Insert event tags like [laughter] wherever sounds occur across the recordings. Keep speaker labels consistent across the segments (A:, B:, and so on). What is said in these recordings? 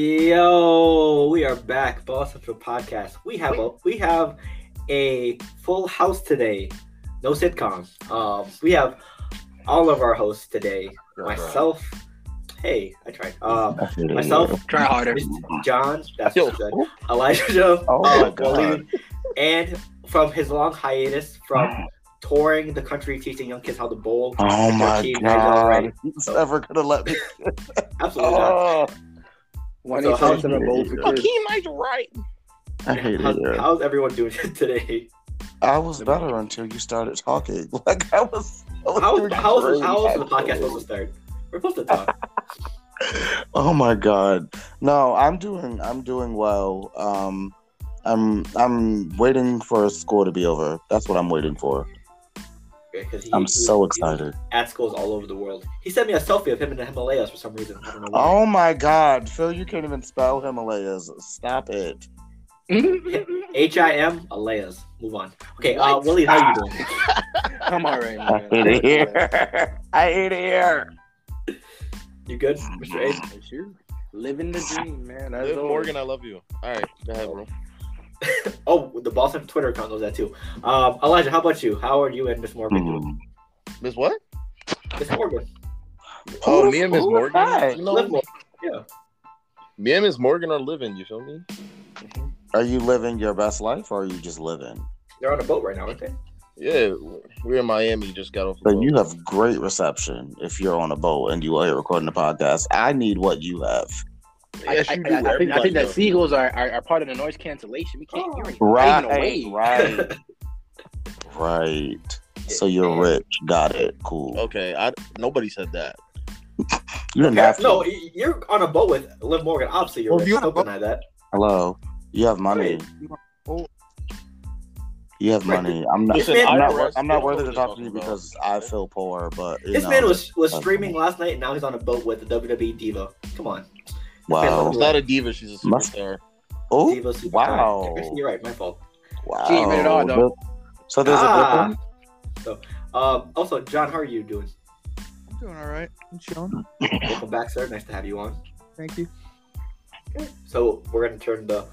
A: Yo, we are back, Ball Central Podcast. We have a we have a full house today. No sitcom. Um, we have all of our hosts today. Myself. Hey, I tried. Um, myself,
B: Try harder.
A: Mr. John. That's
B: Yo.
A: good. Elijah Joe.
C: Oh
A: uh,
C: my God.
A: Waleed, and from his long hiatus from touring the country, teaching young kids how to bowl.
C: Oh my
A: Team is
C: god.
A: alright.
C: He's never gonna let
A: [laughs]
C: me.
A: Absolutely not.
C: Oh,
D: One
A: So
D: eight
A: how-
D: cents in a bowl for kids.
B: might
E: [laughs]
B: right.
C: I hate
A: How's,
C: it. yeah.
A: how's everyone doing [laughs] today?
C: I was better until you started talking. [laughs] Like I was. I was
A: How
C: doing
A: how
C: great.
A: else, how else is the podcast supposed to start? We're supposed to
C: [laughs]
A: talk.
C: Oh my god. No, I'm doing. I'm doing well. Um, I'm. I'm waiting for school to be over. That's what I'm waiting for.
A: Because he-
C: I'm
A: he-
C: so
A: he's
C: excited.
A: At schools all over the world. He sent me a selfie of him in the Himalayas for some reason. I don't know why.
C: Oh my god, Phil! You can't even spell Himalayas. Stop it.
A: H I M Alayas. Move on. Okay, uh, Willie, how you doing?
B: I'm all right,
C: I
B: man.
C: hate it here. I hate it here.
A: You good, Mr. Ace?
D: It's you. Living the dream, man. As
E: Liv
D: always.
E: Morgan, I love you. All right, go ahead, bro.
A: Oh, the Boston Twitter account knows that too. Um, Elijah, how about you? How are you and Miss Morgan doing?
C: Hmm.
E: Miss what?
C: Mm-hmm.
A: Miss Morgan.
E: Oh, me and Miss
C: who was
E: Morgan.
C: that?
E: You
A: Live
E: know,
A: more.
E: me and Miss Morgan are living. You feel me?
C: Are you living your best life, or are you just living?
A: They're on a boat right now, aren't they?
E: Yeah, we're in Miami. Just got off. the
C: So you
E: boat.
C: have great reception if you're on a boat and you are recording the podcast. I need what you have.
E: Yes,
D: I,
E: you do.
D: I, I think, I
E: Everybody
D: think that
E: does.
D: seagulls are, are, are part of the noise cancellation. We can't hear anything.
C: Right,
D: Fading away.
C: right, right. So you're rich. Got it. Cool.
E: Okay, I nobody said that.
C: You didn't have to.
A: No, y- you're on a boat with Liv Morgan. Obviously, you're
C: Well,
A: rich.
C: you're on a
A: Don't deny that.
C: Hello. You have money. You have
A: Right.
C: money. I'm not.
A: This
E: Listen,
A: man-
C: I'm
E: I
C: not,
E: don't-
C: wor- I'm not
E: I don't know
C: worthy
E: what
C: to
E: you're
C: talk to you
E: talking
C: because I
E: about.
C: feel poor, but you
A: This
C: know,
A: man was was
C: that's-
A: streaming last night, and now he's on a boat with the WWE diva. Come on,
E: [laughs]
C: wow,
E: She's not a diva. She's a
C: Must-
E: superstar.
C: oh
A: diva. Super
C: wow.
A: you're right. My fault.
C: wow.
D: She ain't rated R, though.
C: So there's
A: Ah.
C: a good
A: Um, also, John, how are you doing?
F: I'm doing all right. I'm chilling.
A: Welcome back, sir. Nice to have you on.
F: Thank you.
A: So we're gonna turn the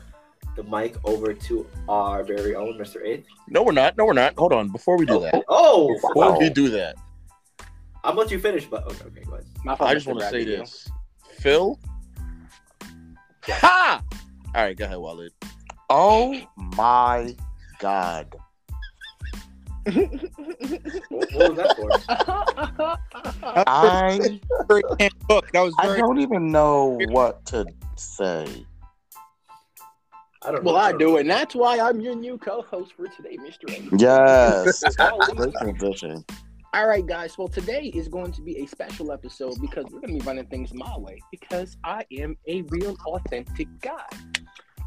A: the mic over to our very own Mr. Eighth.
E: No, we're not. No, we're not. Hold on. Before we do that,
A: Oh,
E: before
C: Wow.
E: we do that,
A: I'll let you finish, but okay, okay, go ahead.
D: My fault,
E: I just
D: Mr.
E: want to say
D: Bradley,
E: [laughs] this, Phil. Ha! All right, go ahead, Walid.
C: one. Oh my god.
A: What, what was that for?
C: I
F: Look, that was
C: I
D: [laughs]
F: very.
C: don't even know what to say.
A: I don't know.
D: Well, I do, and that's why I'm your new co-host for today, Mr.
C: [laughs]
D: A.
C: Yes. Great transition.
D: All right, guys. Well, today is going to be a special episode because we're going to be running things my way because I am a real, authentic guy.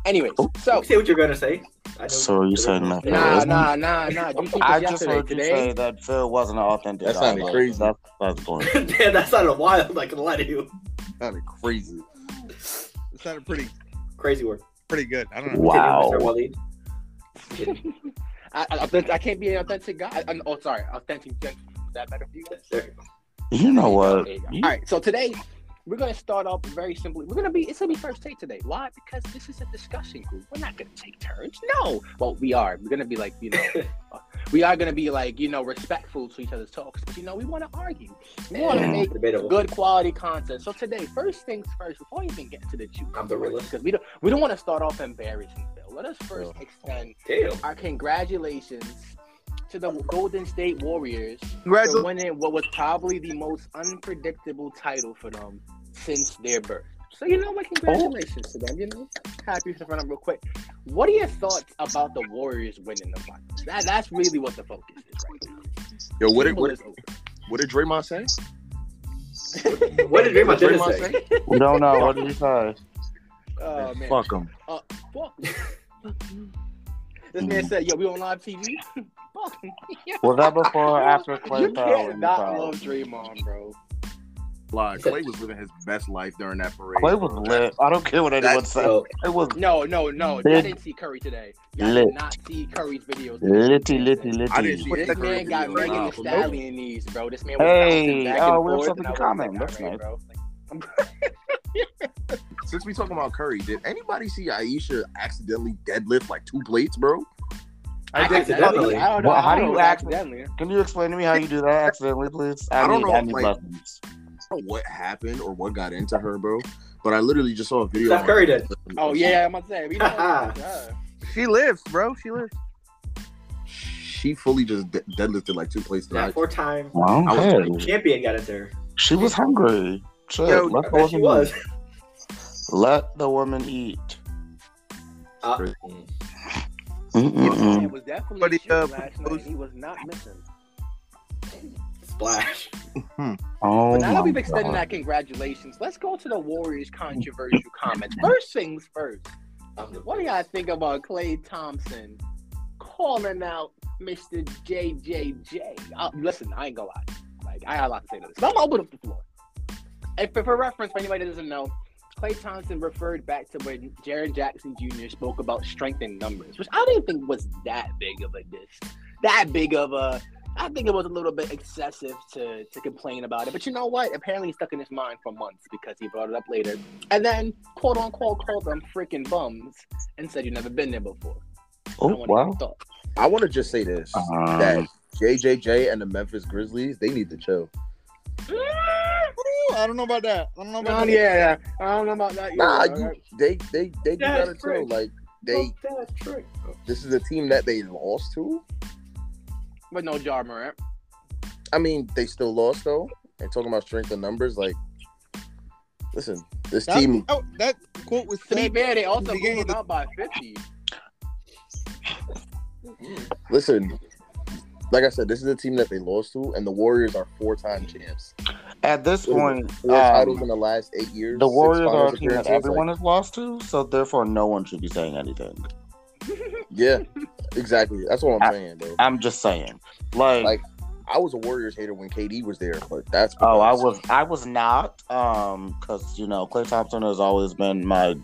D: Anyways,
C: Oh.
D: so
A: You say what you're gonna say. I know
C: So are you saying
A: Nah,
C: nothing?
A: [laughs]
D: nah,
C: Isn't-
D: nah, nah, nah. Do you think
C: [laughs] I
D: it's
C: just
D: yesterday?
C: heard you
D: Today?
C: say that Phil wasn't an authentic.
E: That sounded
C: guy.
E: crazy.
C: That's, that's the point.
A: Damn, that sounded wild. I can lie to you.
E: That'd crazy.
F: It sounded pretty,
A: Crazy word.
F: pretty good. I don't know.
A: Continue,
C: Wow.
A: Mr. Waleed.
D: I, I, authentic- I can't be an authentic guy. I, oh, sorry, authentic gentleman. Is that better for you guys?
A: There.
C: You know what?
D: There you go. All right, so today we're gonna start off very simply. We're gonna be it's gonna be first take today. Why? Because this is a discussion group. We're not gonna take turns. No. Well, we are. We're gonna be like you know,
A: [laughs]
D: we are gonna be like you know respectful to each other's talks. But you know, we want to argue. We want to
C: Yeah.
D: make
A: Debatable.
D: good quality content. So today, first things first, before you even get to the juice,
A: I'm the realist.
D: because we don't we don't want to start off embarrassing. Phil. Let us first extend
A: Damn.
D: our congratulations to the Golden State Warriors for
F: Congratulations.
D: winning what was probably the most unpredictable title for them since their birth. So you know what? Congratulations to them. You know, happy for them real quick. What are your thoughts about the Warriors winning the finals? That that's really what the focus is right now.
E: Yo, what did
D: Simple
E: what,
D: as
E: what did Draymond say?
A: What did Draymond Dennis
E: Draymond
A: say?
E: say?
C: We don't know. What did you say?
D: over. Oh man,
C: Fuck him.
D: Uh, fuck. this man said, "Yo, we on live TV." [laughs] fuck.
C: Was that before or after
D: you
C: Clay fell?
D: can't
C: in the
D: not
C: foul?
D: love Draymond, bro.
G: Lie. Clay was living his best life during that parade.
C: Clay was lit. I don't care what anyone
E: That's-
C: said.
A: So,
C: It was
D: No, no, no. I
C: Big
D: didn't see Curry today. I
C: lit.
D: did not see Curry's videos.
C: litty, litty,
G: I didn't see
C: litty.
G: it.
D: This
G: That Curry
D: man got
G: video
D: Megan
G: is
D: Thee
G: awful.
D: Stallion knees, bro. This man was
C: Hey,
D: bouncing back
C: oh,
D: and
C: we have
D: forth,
C: something
D: and
C: in
D: I was
C: common.
D: Like,
C: That's
D: all right,
C: nice.
D: bro.
G: Six we talking about Curry, did anybody see Aisha accidentally deadlift like two plates, bro?
A: I accidentally.
D: I don't know.
C: Well, how
D: I
C: do
D: don't
C: you
D: know
C: actually-
D: accidentally.
C: Can you explain to me how you do that accidentally, please?
G: I don't
C: need-
G: know,
C: I need
G: like-
C: lessons.
G: I don't know what happened or what got into her, bro. But I literally just saw a video.
A: Steph
G: on-
A: Curry did.
D: Oh yeah, I'm about to say. We know.
F: She lives, bro. She lives.
G: She fully just de- deadlifted like two plates.
A: That
G: tonight.
A: four time
C: Wow,
G: was-
C: hey,
A: champion got it there.
C: she was hungry. Shit,
F: Yo,
C: let, the
A: That she
C: woman
A: was.
C: eat. let the woman eat.
A: Uh,
D: This [laughs] man
C: Mm-mm-mm.
D: was definitely
F: But he,
D: shooting
F: uh,
D: last night. He was not missing.
A: [laughs] splash.
C: Oh,
D: But now that
C: my
D: we've extended
C: God.
D: that congratulations, let's go to the Warriors controversial comment. First things first.
A: I'm the-
D: What do y'all think about Clay Thompson calling out Mr. JJJ? Uh, listen, I ain't gonna lie. Like, I got a lot to say to this. But I'm gonna open up the floor. And for, for reference, for anybody that doesn't know, Clay Thompson referred back to when Jaron Jackson Jr. spoke about strength in numbers, which I didn't think was that big of a diss. That big of a. I think it was a little bit excessive to, to complain about it. But you know what? Apparently, it's stuck in his mind for months because he brought it up later and then quote unquote called them freaking bums and said you've never been there before.
C: Oh,
D: I wanna hear your
C: wow.
D: thoughts.
E: I want to just say this:
G: Uh-huh.
C: Um,
E: that JJJ and the Memphis Grizzlies, they need to chill.
F: Ooh, I don't know about that. I don't know
D: No,
F: about
D: yeah,
F: that.
D: yeah. I don't know about that.
E: Nah,
D: either,
E: you,
D: alright?
E: they they they
A: That's
E: gotta chill.
A: great.
E: Like they,
A: That's true.
E: this is a team that they lost to.
D: But no Jar Morant.
E: I mean, they still lost though. And talking about strength and numbers, like, listen, this
F: That-
E: team.
F: Oh, that quote was
D: To be
F: said.
D: fair, they also blew
F: Beginning of
D: them out by 50.
E: Listen, like I said, this is a team that they lost to, and the Warriors are four-time champs.
C: At this point,
E: Four
C: um,
E: titles in the last eight years.
C: the
E: six
C: Warriors
E: finals
C: are a team that
E: appearances, like-
C: everyone has lost to, so therefore no one should be saying anything.
E: Yeah, exactly. That's what I'm saying, bro.
C: I'm just saying. Like,
E: Like- I was a Warriors hater when KD was there, but that's
C: oh, I
E: because-
C: was I was not um cuz you know, Clay Thompson has always been my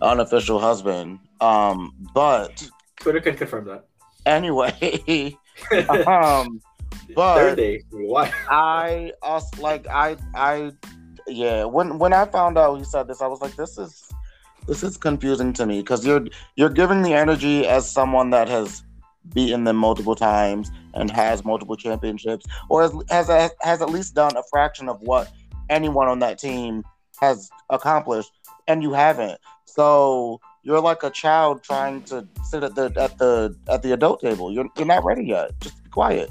C: unofficial husband. Um but
A: Twitter can confirm that.
C: anyway, [laughs]
A: [laughs]
C: um but
A: Thursday. What?
C: I also like I I yeah when when I found out he said this I was like this is this is confusing to me because you're you're giving the energy as someone that has beaten them multiple times and has multiple championships or has has, has at least done a fraction of what anyone on that team has accomplished and you haven't so you're like a child trying to sit at the at the at the adult table you're, you're not ready yet just be quiet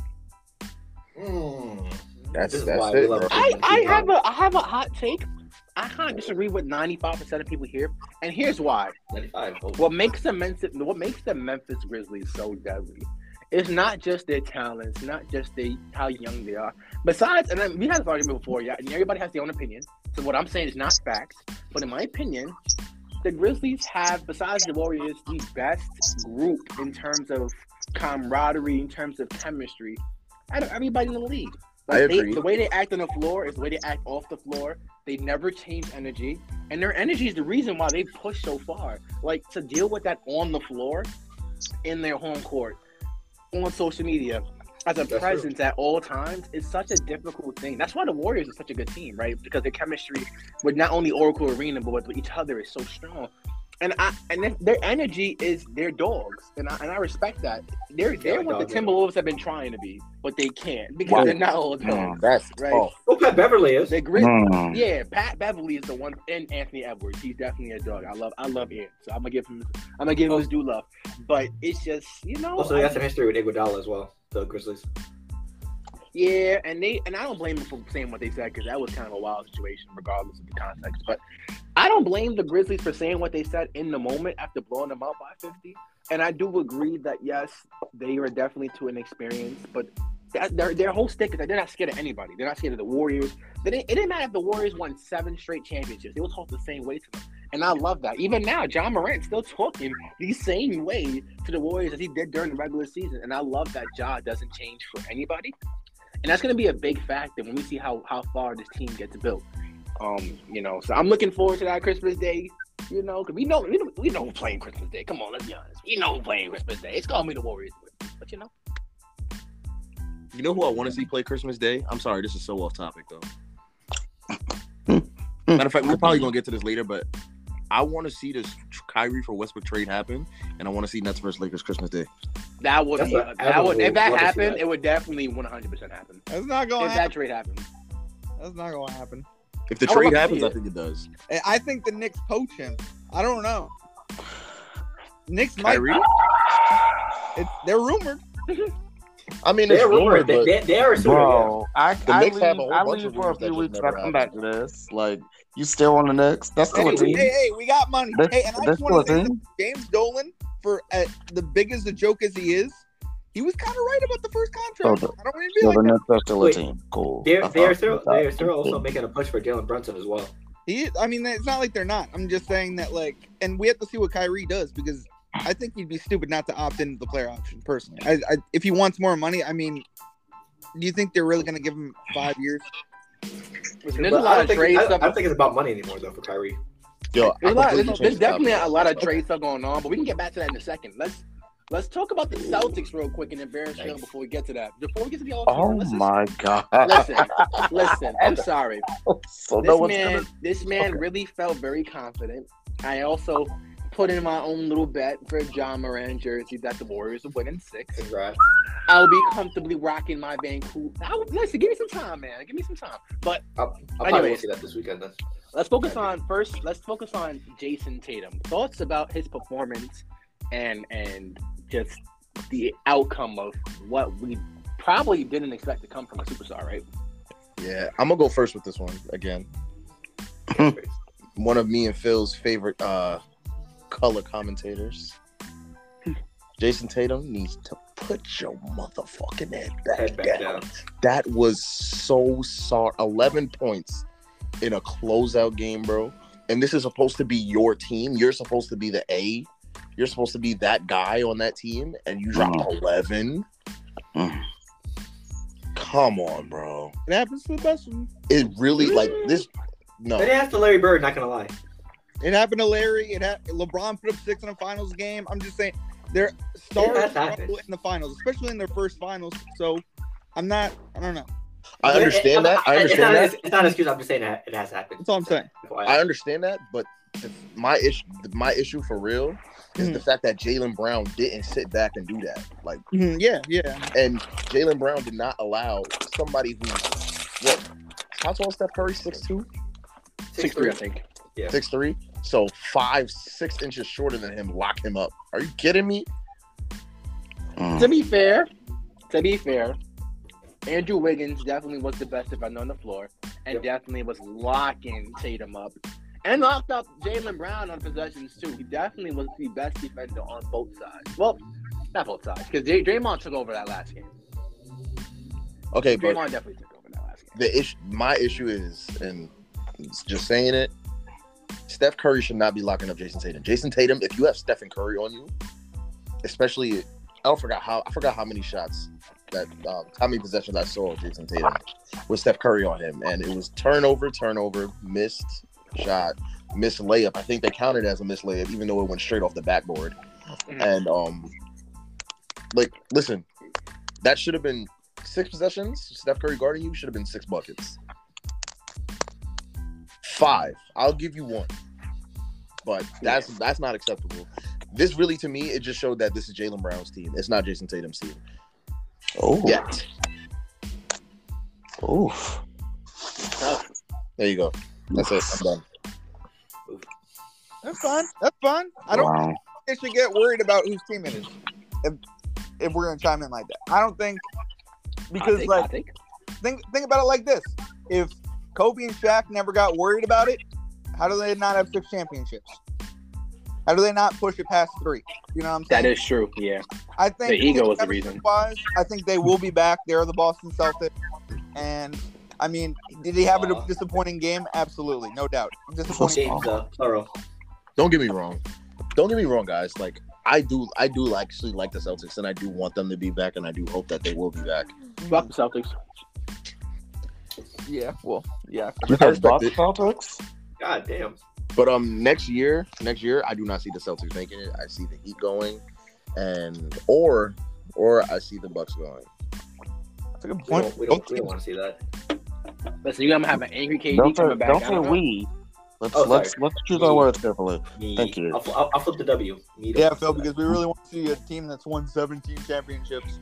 E: That's-
A: This is
E: that's
A: why
E: it,
A: we love
E: bro.
D: Mm. I, I have a I have a hot take. I kind of disagree with 95% of people here. And here's why.
A: 95.
D: What makes the Memphis what makes the Memphis Grizzlies so deadly is not just their talents, not just the how young they are. Besides, and then we had this argument before, yeah, and everybody has their own opinion. So what I'm saying is not facts, but in my opinion, the Grizzlies have, besides the Warriors, the best group in terms of camaraderie, in terms of chemistry, out of everybody in the league.
E: I
D: they-
E: agree.
D: the way they act on the floor is the way they act off the floor. They never change energy, and their energy is the reason why they push so far. Like to deal with that on the floor, in their home court, on social media, as a
A: That's true.
D: presence at all times is such a difficult thing. That's why the Warriors are such a good team, right? Because their chemistry with not only Oracle Arena but with each other is so strong. And I and then their energy is their dogs, and I and I respect that. They're they're
A: like
D: what the
A: dog
D: Timberwolves have been trying to be, but they can't because
C: Wow.
D: they're not all
A: Mm.
D: dogs.
E: That's
D: Right.
E: tough.
A: Oh, Pat Beverly is.
D: The Grizz,
A: Mm.
C: Hmm.
D: yeah, Pat Beverly is the one, and Anthony Edwards. He's definitely a dog. I love, I love him. So I'm gonna give him, I'm gonna give him his due love. But it's just, you know,
A: Also,
D: I-
A: they got some history with Iguodala as well. The Grizzlies.
D: yeah, and they, and I don't blame them for saying what they said because that was kind of a wild situation, regardless of the context. But I don't blame the Grizzlies for saying what they said in the moment after blowing them out by 50. And I do agree that yes, they are definitely to an experience, but that, their their whole stick is that they're not scared of anybody. They're not scared of the Warriors. They didn't, it didn't matter if the Warriors won seven straight championships; they would talk the same way to them. And I love that. Even now, John Morant's still talking the same way to the Warriors as he did during the regular season. And I love that Ja doesn't change for anybody. And that's going to be a big factor when we see how how far this team gets built. Um, you know, so I'm looking forward to that Christmas Day. You know, 'cause we know we know, we know we're playing Christmas Day. Come on, let's be honest. We know we're playing Christmas Day. It's gonna be the Warriors, but you know.
E: You know who I want to see play Christmas Day? I'm sorry, this is so off topic though. Matter of fact, we're probably gonna get to this later, but
G: I want to see this Kyrie for Westbrook trade happen, and I want to see Nets versus Lakers Christmas Day.
D: That would
A: That's
D: be,
A: what I
D: that would if
A: would
D: that
A: love to see
D: happened,
A: that.
D: it would definitely 100% happen.
F: That's not going
D: If that
F: to happen.
D: trade happened,
F: That's not going to happen.
G: If the
D: I would
G: trade
D: love to
G: happens,
D: see
G: I
D: it.
G: think it does.
F: I- I think the Knicks poach him. I don't know. Knicks might.
G: Kyrie,
F: It, they're rumored.
E: I mean, it's
A: They're rumored.
E: rumored,
A: They,
E: but
A: they, they are suited. yeah.
C: Bro, I,
E: The
C: I
E: Knicks
C: leave,
E: have a whole
C: I
E: bunch
C: leave
E: of
C: for a
E: rumors that
C: few
E: just
C: weeks and I
E: never
C: come back to this. Like, you still on the Knicks? That's still
F: Hey,
C: a
F: hey,
C: team.
F: hey, we got money.
C: That's,
F: hey, and I
C: that's
F: just
C: still a
F: want to say that
C: team.
F: James Dolan, for uh, the big as the joke as he is, he was kind of right about the first contract.
C: Oh, the-
F: I don't even feel
C: So
F: like
C: the Nets are still a
A: Wait,
C: team. Cool.
A: They're
C: That's
A: they're
C: all.
A: still
C: That's
A: they're still
C: all.
A: also making a push for Jalen Brunson as well.
F: He, I mean, it's not like they're not. I'm just saying that, like, and we have to see what Kyrie does because I think he'd be stupid not to opt into the player option personally. I, I, if he wants more money, I mean, do you think they're really going to give him five years?
D: there's
A: But
D: a
A: I,
D: lot
A: don't
D: of
A: think,
D: trade
A: I, don't- I
D: stuff.
A: don't think it's about money anymore though for Kyrie.
E: yo,
D: There's, a lot, there's,
E: completely
D: there's
E: changed the
D: definitely
E: topic.
D: a lot of trade stuff going on, but we can get back to that in a second. Let's let's talk about the Celtics real quick and embarrass them
A: Nice.
D: before we get to that. Before we get to the all
C: Oh
D: listen,
C: my god!
D: listen, listen. I'm sorry.
C: [laughs] so
D: This
C: no one's
D: man,
C: gonna.
D: this man really felt very confident. I also put in my own little bet for John Moran jersey that the Warriors would win in six.
A: Congrats.
D: I'll be comfortably rocking my Vancouver. I, would- listen, give me some time, man. Give me some time. But
A: I'll, I'll probably
D: Anyways.
A: see that this weekend. Then.
D: [laughs] let's focus on first. Let's focus on Jason Tatum. Thoughts about his performance and and just the outcome of what we probably didn't expect to come from a superstar, right?
E: Yeah, I'm gonna go first with this one again. one of me and Phil's favorite uh, color commentators.
A: Hmm.
E: Jason Tatum needs to put your motherfucking head back,
A: Head back
E: down.
A: down.
E: That was so sorry. 11 points in a closeout game, bro. And this is supposed to be your team. You're supposed to be the A. You're supposed to be that guy on that team, and you dropped 11.
C: Mm.
E: Come on, bro.
F: It happens to the best of them.
E: It really like this.
A: But
E: No,
A: it has to Larry Bird. Not gonna lie.
F: It happened to Larry. It ha- LeBron put up six in a finals game. I'm just saying, they're
A: It
F: stars
A: has happened.
F: struggle in the finals, especially in their first finals. So I'm not, I don't know.
E: I understand that. I
A: it's not,
E: understand that.
A: It's not an excuse. I'm just saying that it has happened.
F: That's all I'm saying.
E: I understand that, but the, my issue, my issue for real, is the fact that Jalen Brown didn't sit back and do that. Like,
F: Mhm, yeah, yeah.
E: and Jalen Brown did not allow somebody who, what, how tall is Steph Curry? Six two,
D: Six three, I think.
E: six three. So five, six inches shorter than him. Lock him up. Are you kidding me?
C: Mm.
D: To be fair, to be fair, Andrew Wiggins definitely was the best defender on the floor, and
A: Yep.
D: definitely was locking Tatum up, and locked up Jalen Brown on possessions too. He definitely was the best defender on both sides. Well, not both sides, because J- Draymond took over that last game.
E: Okay, but
D: Draymond definitely took over that last game.
E: the issue, my issue is, and it's just saying it, Steph Curry should not be locking up Jason Tatum. Jason Tatum, if you have Stephen Curry on you, especially, I don't forgot how I forgot how many shots that um, how many possessions I saw of Jason Tatum with Steph Curry on him, and it was turnover, turnover, missed shot, missed layup. I think they counted as a missed layup, even though it went straight off the backboard. And um, like, listen, that should have been six possessions. Steph Curry guarding you should have been six buckets. Five, I'll give you one, but that's that's not acceptable. This really, to me, it just showed that this is Jalen Brown's team. It's not Jason Tatum's team
C: Ooh.
E: yet.
C: Oh, Oof.
E: There you go. That's it. I'm done.
F: That's fine. That's fine. I don't
C: Wow.
F: they should get worried about whose team it is if if we're gonna chime in like that. I don't think because
D: I think, I
F: like
D: think.
F: think think about it like this: if Kobe and Shaq never got worried about it, how do they not have six championships? How do they not push it past three? You know what I'm saying?
D: that is true. Yeah,
F: I think
D: the ego was the reason.
F: Wise, I think they will be back. They're the Boston Celtics, and I mean, did he have
D: Uh,
F: a
A: Aw.
F: disappointing game? Absolutely, no doubt. Disappointing.
A: James, uh, plural.
E: Don't get me wrong. Don't get me wrong, guys. Like I do, I do actually like the Celtics, and I do want them to be back, and I do hope that they will be back.
D: fuck the Celtics.
F: Yeah, well, yeah.
C: You
E: I
C: said
E: respect
C: Bucks
E: it.
C: Celtics?
A: God damn.
E: But um, next year, next year, I do not see the Celtics making it. I see the Heat going, and or or I see the Bucks going.
F: That's a good
A: We
F: point.
A: don't, we don't, we don't want to see that.
D: Listen, you're gonna have an angry KD
C: Don't say,
D: coming back.
C: don't
D: I
C: say
D: know.
C: we. Let's
A: Oh,
C: let's
A: sorry.
C: let's choose our words carefully.
A: Me.
C: Thank you.
A: I'll, I'll, I'll flip the W. Me
F: Yeah, Phil, because we really want to see a team that's won 17 championships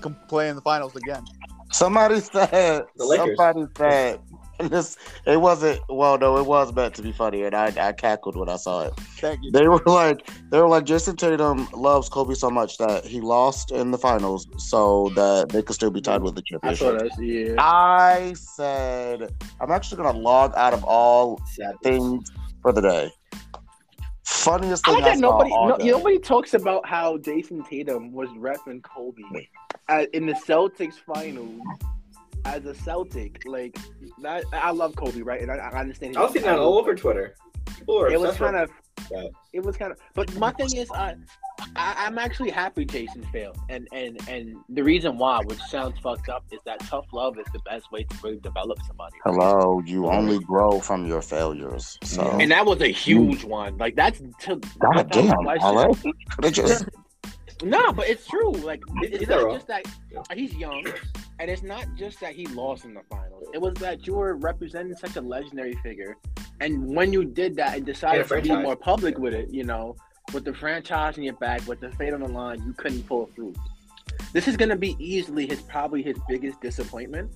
F: com- play in the finals again.
C: Somebody said.
A: The Lakers.
C: Somebody said. and This it wasn't well no it was meant to be funny and I, I cackled when I saw it.
F: Thank you.
C: They were like they were like Jason Tatum loves Kobe so much that he lost in the finals so that they could still be tied with the
D: I saw
C: championship.
D: that. Yeah.
C: I said I'm actually gonna log out of all things for the day. Funniest
D: I
C: thing
D: like that
C: saw
D: nobody
C: all
D: no,
C: day.
D: nobody talks about how Jason Tatum was repping Kobe at, in the Celtics finals as a Celtic. Like that, I love Kobe, right? And I, I understand.
A: I was seeing that all over Twitter. People are
D: It was
A: obsessed with
D: kind of.
A: Yeah.
D: It was kind of. But my thing is, I, I I'm actually happy Jason failed, and and and the reason why, which sounds fucked up, is that tough love is the best way to really develop somebody.
C: Hello, you only grow from your failures. So
D: And that was a huge one. Like that's to
C: God damn, LA? They just
D: No, but it's true. Like it- it's
A: He's
D: not
A: not wrong.
D: just that he's young, and it's not just that he lost in the finals. It was that you were representing such a legendary figure, and when you did that and decided
A: Yeah,
D: to be
A: franchise.
D: more public with it, you know, with the franchise in your back, with the fate on the line, you couldn't pull through. This is gonna be easily his probably his biggest disappointment.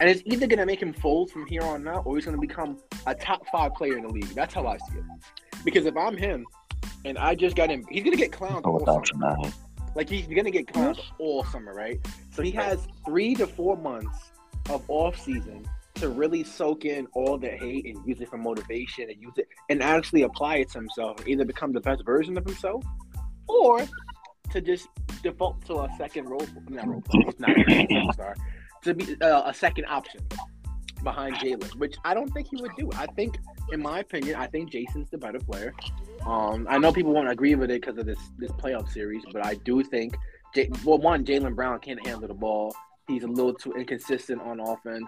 D: And it's either gonna make him fold from here on out, or he's gonna become a top five player in the league. That's how I see it. Because if I'm him, and I just got him, he's gonna get clowned.
C: go
D: all
C: without
D: summer.
C: you now.
D: Like he's gonna get clowns all summer, right? So he has three to four months of off season to really soak in all that hate and use it for motivation and use it and actually apply it to himself, either become the best version of himself or to just default to a second role, not role play, it's not a superstar, to be uh, a second option behind Jalen, which I don't think he would do. I think, in my opinion, I think Jason's the better player. Um, I know people won't agree with it because of this this playoff series, but I do think, J- well, one, Jalen Brown can't handle the ball. He's a little too inconsistent on offense.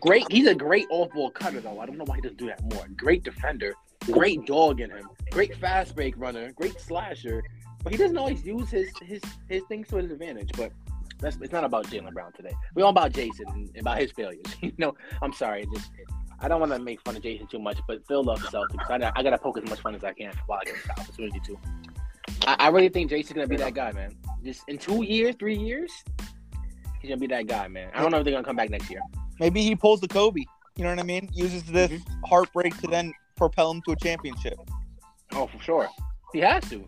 D: Great, he's a great off-ball cutter though. I don't know why he doesn't do that more. Great defender, great dog in him, great fast break runner, great slasher, but he doesn't always use his his his things to his advantage. But that's it's not about Jalen Brown today. We're all about Jason and about his failures. [laughs] you know, I'm sorry, just I don't want to make fun of Jason too much, but Phil loves the Celtics. I, gotta- I gotta poke as much fun as I can while I get the opportunity to. I, I really think Jason's gonna be that guy, man. Just in two years, three years, he's gonna be that guy, man. I don't know if they're gonna come back next year.
F: Maybe he pulls the Kobe. You know what I mean? Uses this heartbreak to then propel him to a championship.
D: Oh, for sure, he has to.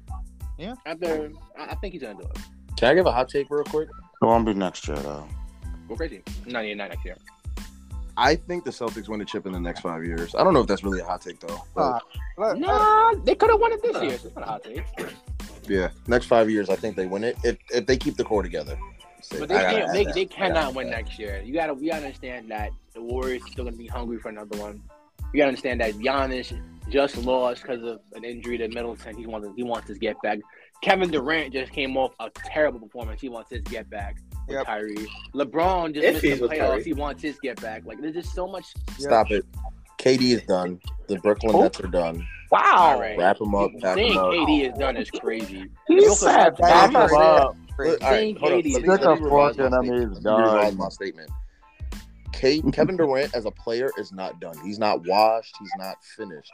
F: Yeah.
D: After, I, I think he's gonna do it.
E: Can I give a hot take real quick?
C: It won't be next year though.
D: Go crazy. No, yeah, not next year.
E: I think the Celtics win the chip in the next five years. I don't know if that's really a hot take though. But
F: Uh, But-
D: Nah, they could have won it this year. So it's not a hot take.
E: yeah, next five years, I think they win it if if they keep the core together.
D: But they can't. They, they cannot win next year. You gotta. We gotta understand that the Warriors are still gonna be hungry for another one. You gotta understand that Giannis just lost because of an injury to Middleton. He wants. He wants his get back. Kevin Durant just came off a terrible performance. He wants his get back. With
F: Yep.
D: Kyrie. LeBron
A: If
D: just
A: he's
D: missed the
A: with Kyrie.
D: playoffs. He wants his get back. Like there's just so much.
E: Stop it. KD is done. The Brooklyn
D: Who?
E: Nets are done.
D: Wow.
E: Wrap them up. Pack
D: Saying
E: them up.
D: KD is done is crazy.
C: He
D: Brooklyn
C: said
D: said
C: back
D: back
C: him
D: him
C: up.
E: Look, all
D: Saying
E: right, hold on.
D: KD
E: Let me-
C: Look
E: let me
C: at fucking him. He's
E: revise my statement. Let me revise
C: done.
E: my statement. K- Kevin Durant as a player is not done. He's not washed. He's not finished.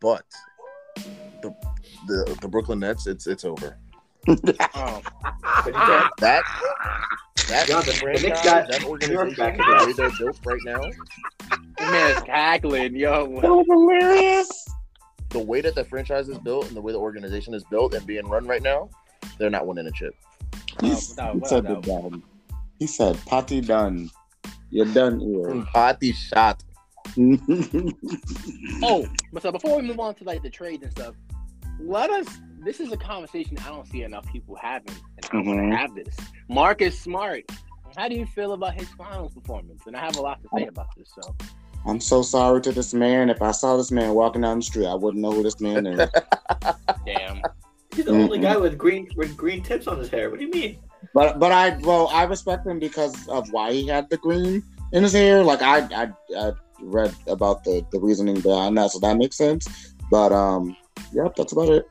E: But the the, the Brooklyn Nets, it's it's over.
D: Um,
A: But
E: That that
A: Yeah, the- the
E: franchise,
A: Knicks got
E: that
A: New York
E: organization,
A: back.
E: the way they're built right now,
D: this man is cackling, yo.
C: So hilarious.
E: the way that the franchise is built and the way the organization is built and being run right now, they're not winning a chip.
C: He
D: Wow,
C: s-
D: wow,
C: he
D: wow,
C: said
D: wow.
C: it done. He said potty done. You're done here.
E: Potty shot.
C: Hmm. [laughs]
D: Oh, but so before we move on to like the trades and stuff, let us. This is a conversation I don't see enough people having, and I want
C: Mhm.
D: to have this. Marcus Smart, how do you feel about his finals performance? And I have a lot to say about this. So
C: I'm so sorry to this man. If I saw this man walking down the street, I wouldn't know who this man is.
D: [laughs] damn,
A: he's the only guy with green with green tips on his hair. What do you mean?
C: But but I well I respect him because of why he had the green in his hair. Like I I, I read about the the reasoning behind that, so that makes sense. But um, yep, that's about it.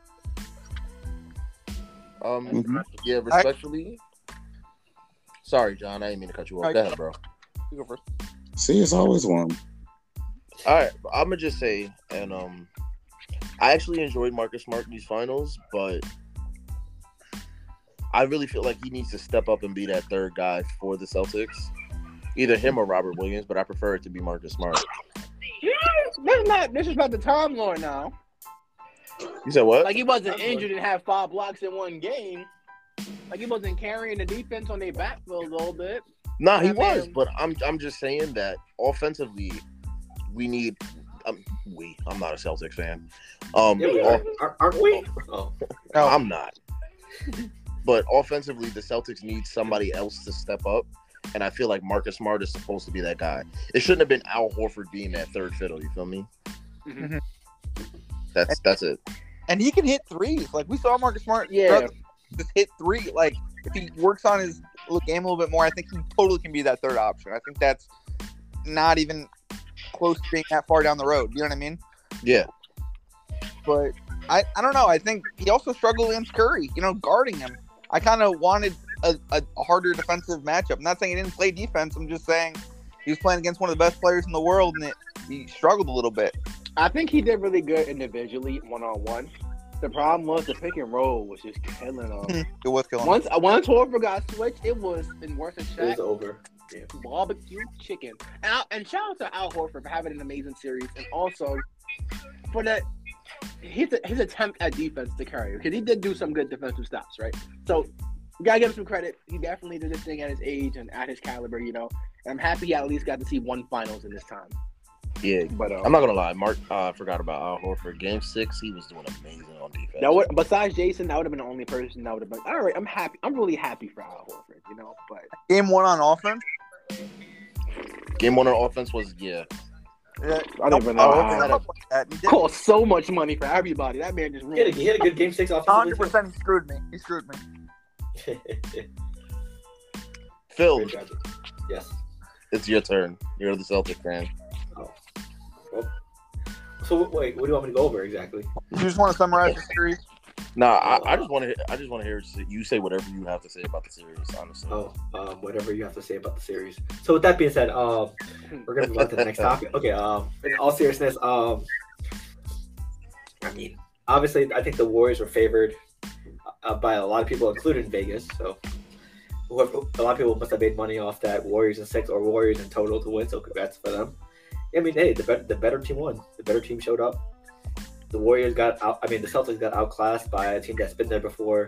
E: Um,
C: Mhm.
E: yeah, respectfully. Sorry, John. I didn't mean to cut you off.
F: Alright.
E: Go ahead, bro.
F: You go first.
C: See, it's always one.
E: All right, I'm gonna just say, and um, I actually enjoyed Marcus Smart in these finals, but I really feel like he needs to step up and be that third guy for the Celtics, either him or Robert Williams. But I prefer it to be Marcus Smart.
D: This is not. This is about the Tom Lord now.
E: You said what?
D: Like he wasn't injured and had five blocks in one game. Like he wasn't carrying the defense on their backfield a little bit.
E: nah, he
D: I mean-
E: was, but I'm I'm just saying that offensively, we need. Um, we. I'm not a Celtics fan. Um,
A: Yeah, we
E: off-
A: are. Are- Aren't we? Oh,
E: No, I'm not. but offensively, the Celtics need somebody else to step up. And I feel like Marcus Smart is supposed to be that guy. It shouldn't have been Al Horford being that third fiddle. You feel me?
F: Mhm.
E: That's that's it.
F: and he can hit threes. Like we saw Marcus Smart,
D: Yeah.
F: throughout the- just hit three. Like if he works on his little game a little bit more, I think he totally can be that third option. I think that's not even close to being that far down the road. You know what I mean?
E: Yeah.
F: But I, I don't know. I think he also struggled against Curry. You know, guarding him. I kind of wanted a, a a harder defensive matchup. I'm not saying he didn't play defense. I'm just saying he was playing against one of the best players in the world, and it, he struggled a little bit.
D: I think he did really good individually, one on one. The problem was the pick and roll was just killing him.
F: It was killing. him.
D: once uh, once Horford got switched, it was in worse than
A: it was
D: Shaq.
A: over.
D: barbecue chicken. Al, and shout out to Al Horford for having an amazing series, and also for that his his attempt at defense to carry because he did do some good defensive stops, right? So you gotta give him some credit. He definitely did this thing at his age and at his caliber, you know. And I'm happy he at least got to see one finals in this time.
E: Yeah.
D: But um,
E: I'm not gonna lie, Mark. Uh, I forgot about Al Horford. Game six, he was doing amazing on defense.
D: that would, besides Jason, that would have been the only person that would have been all right. I'm happy. I'm really happy for Al Horford, you know. But
F: Game one on offense.
E: Game one on offense was yeah.
F: Yeah.
D: I don't even
E: Al
D: know.
F: Oh,
E: Horford had
D: Wow.
E: a-
F: that. He did.
D: Cost so much money for everybody. That man just
A: He had, a,
D: ruined.
A: he had a good game six offensively.
F: Hundred
A: too.
F: percent, he screwed me. He screwed me.
A: [laughs]
E: Phil,
A: Great job. yes.
E: it's your turn. You're the Celtic fan.
A: So wait, what do you want me to go over exactly?
F: You just want to summarize the series.
E: Nah, I,
A: Oh.
E: I just want to. I just want to hear you say whatever you have to say about the series. Honestly,
A: Oh, um, whatever you have to say about the series. So with that being said, um, we're gonna move on to the next topic. Okay. Um, in all seriousness, um, I mean, obviously, I think the Warriors were favored uh, by a lot of people, including Vegas. So whoever, a lot of people must have made money off that Warriors in six or Warriors in total to win. So congrats for them. I mean, hey, the better the better team won. The better team showed up. The Warriors got out. I mean, the Celtics got outclassed by a team that's been there before.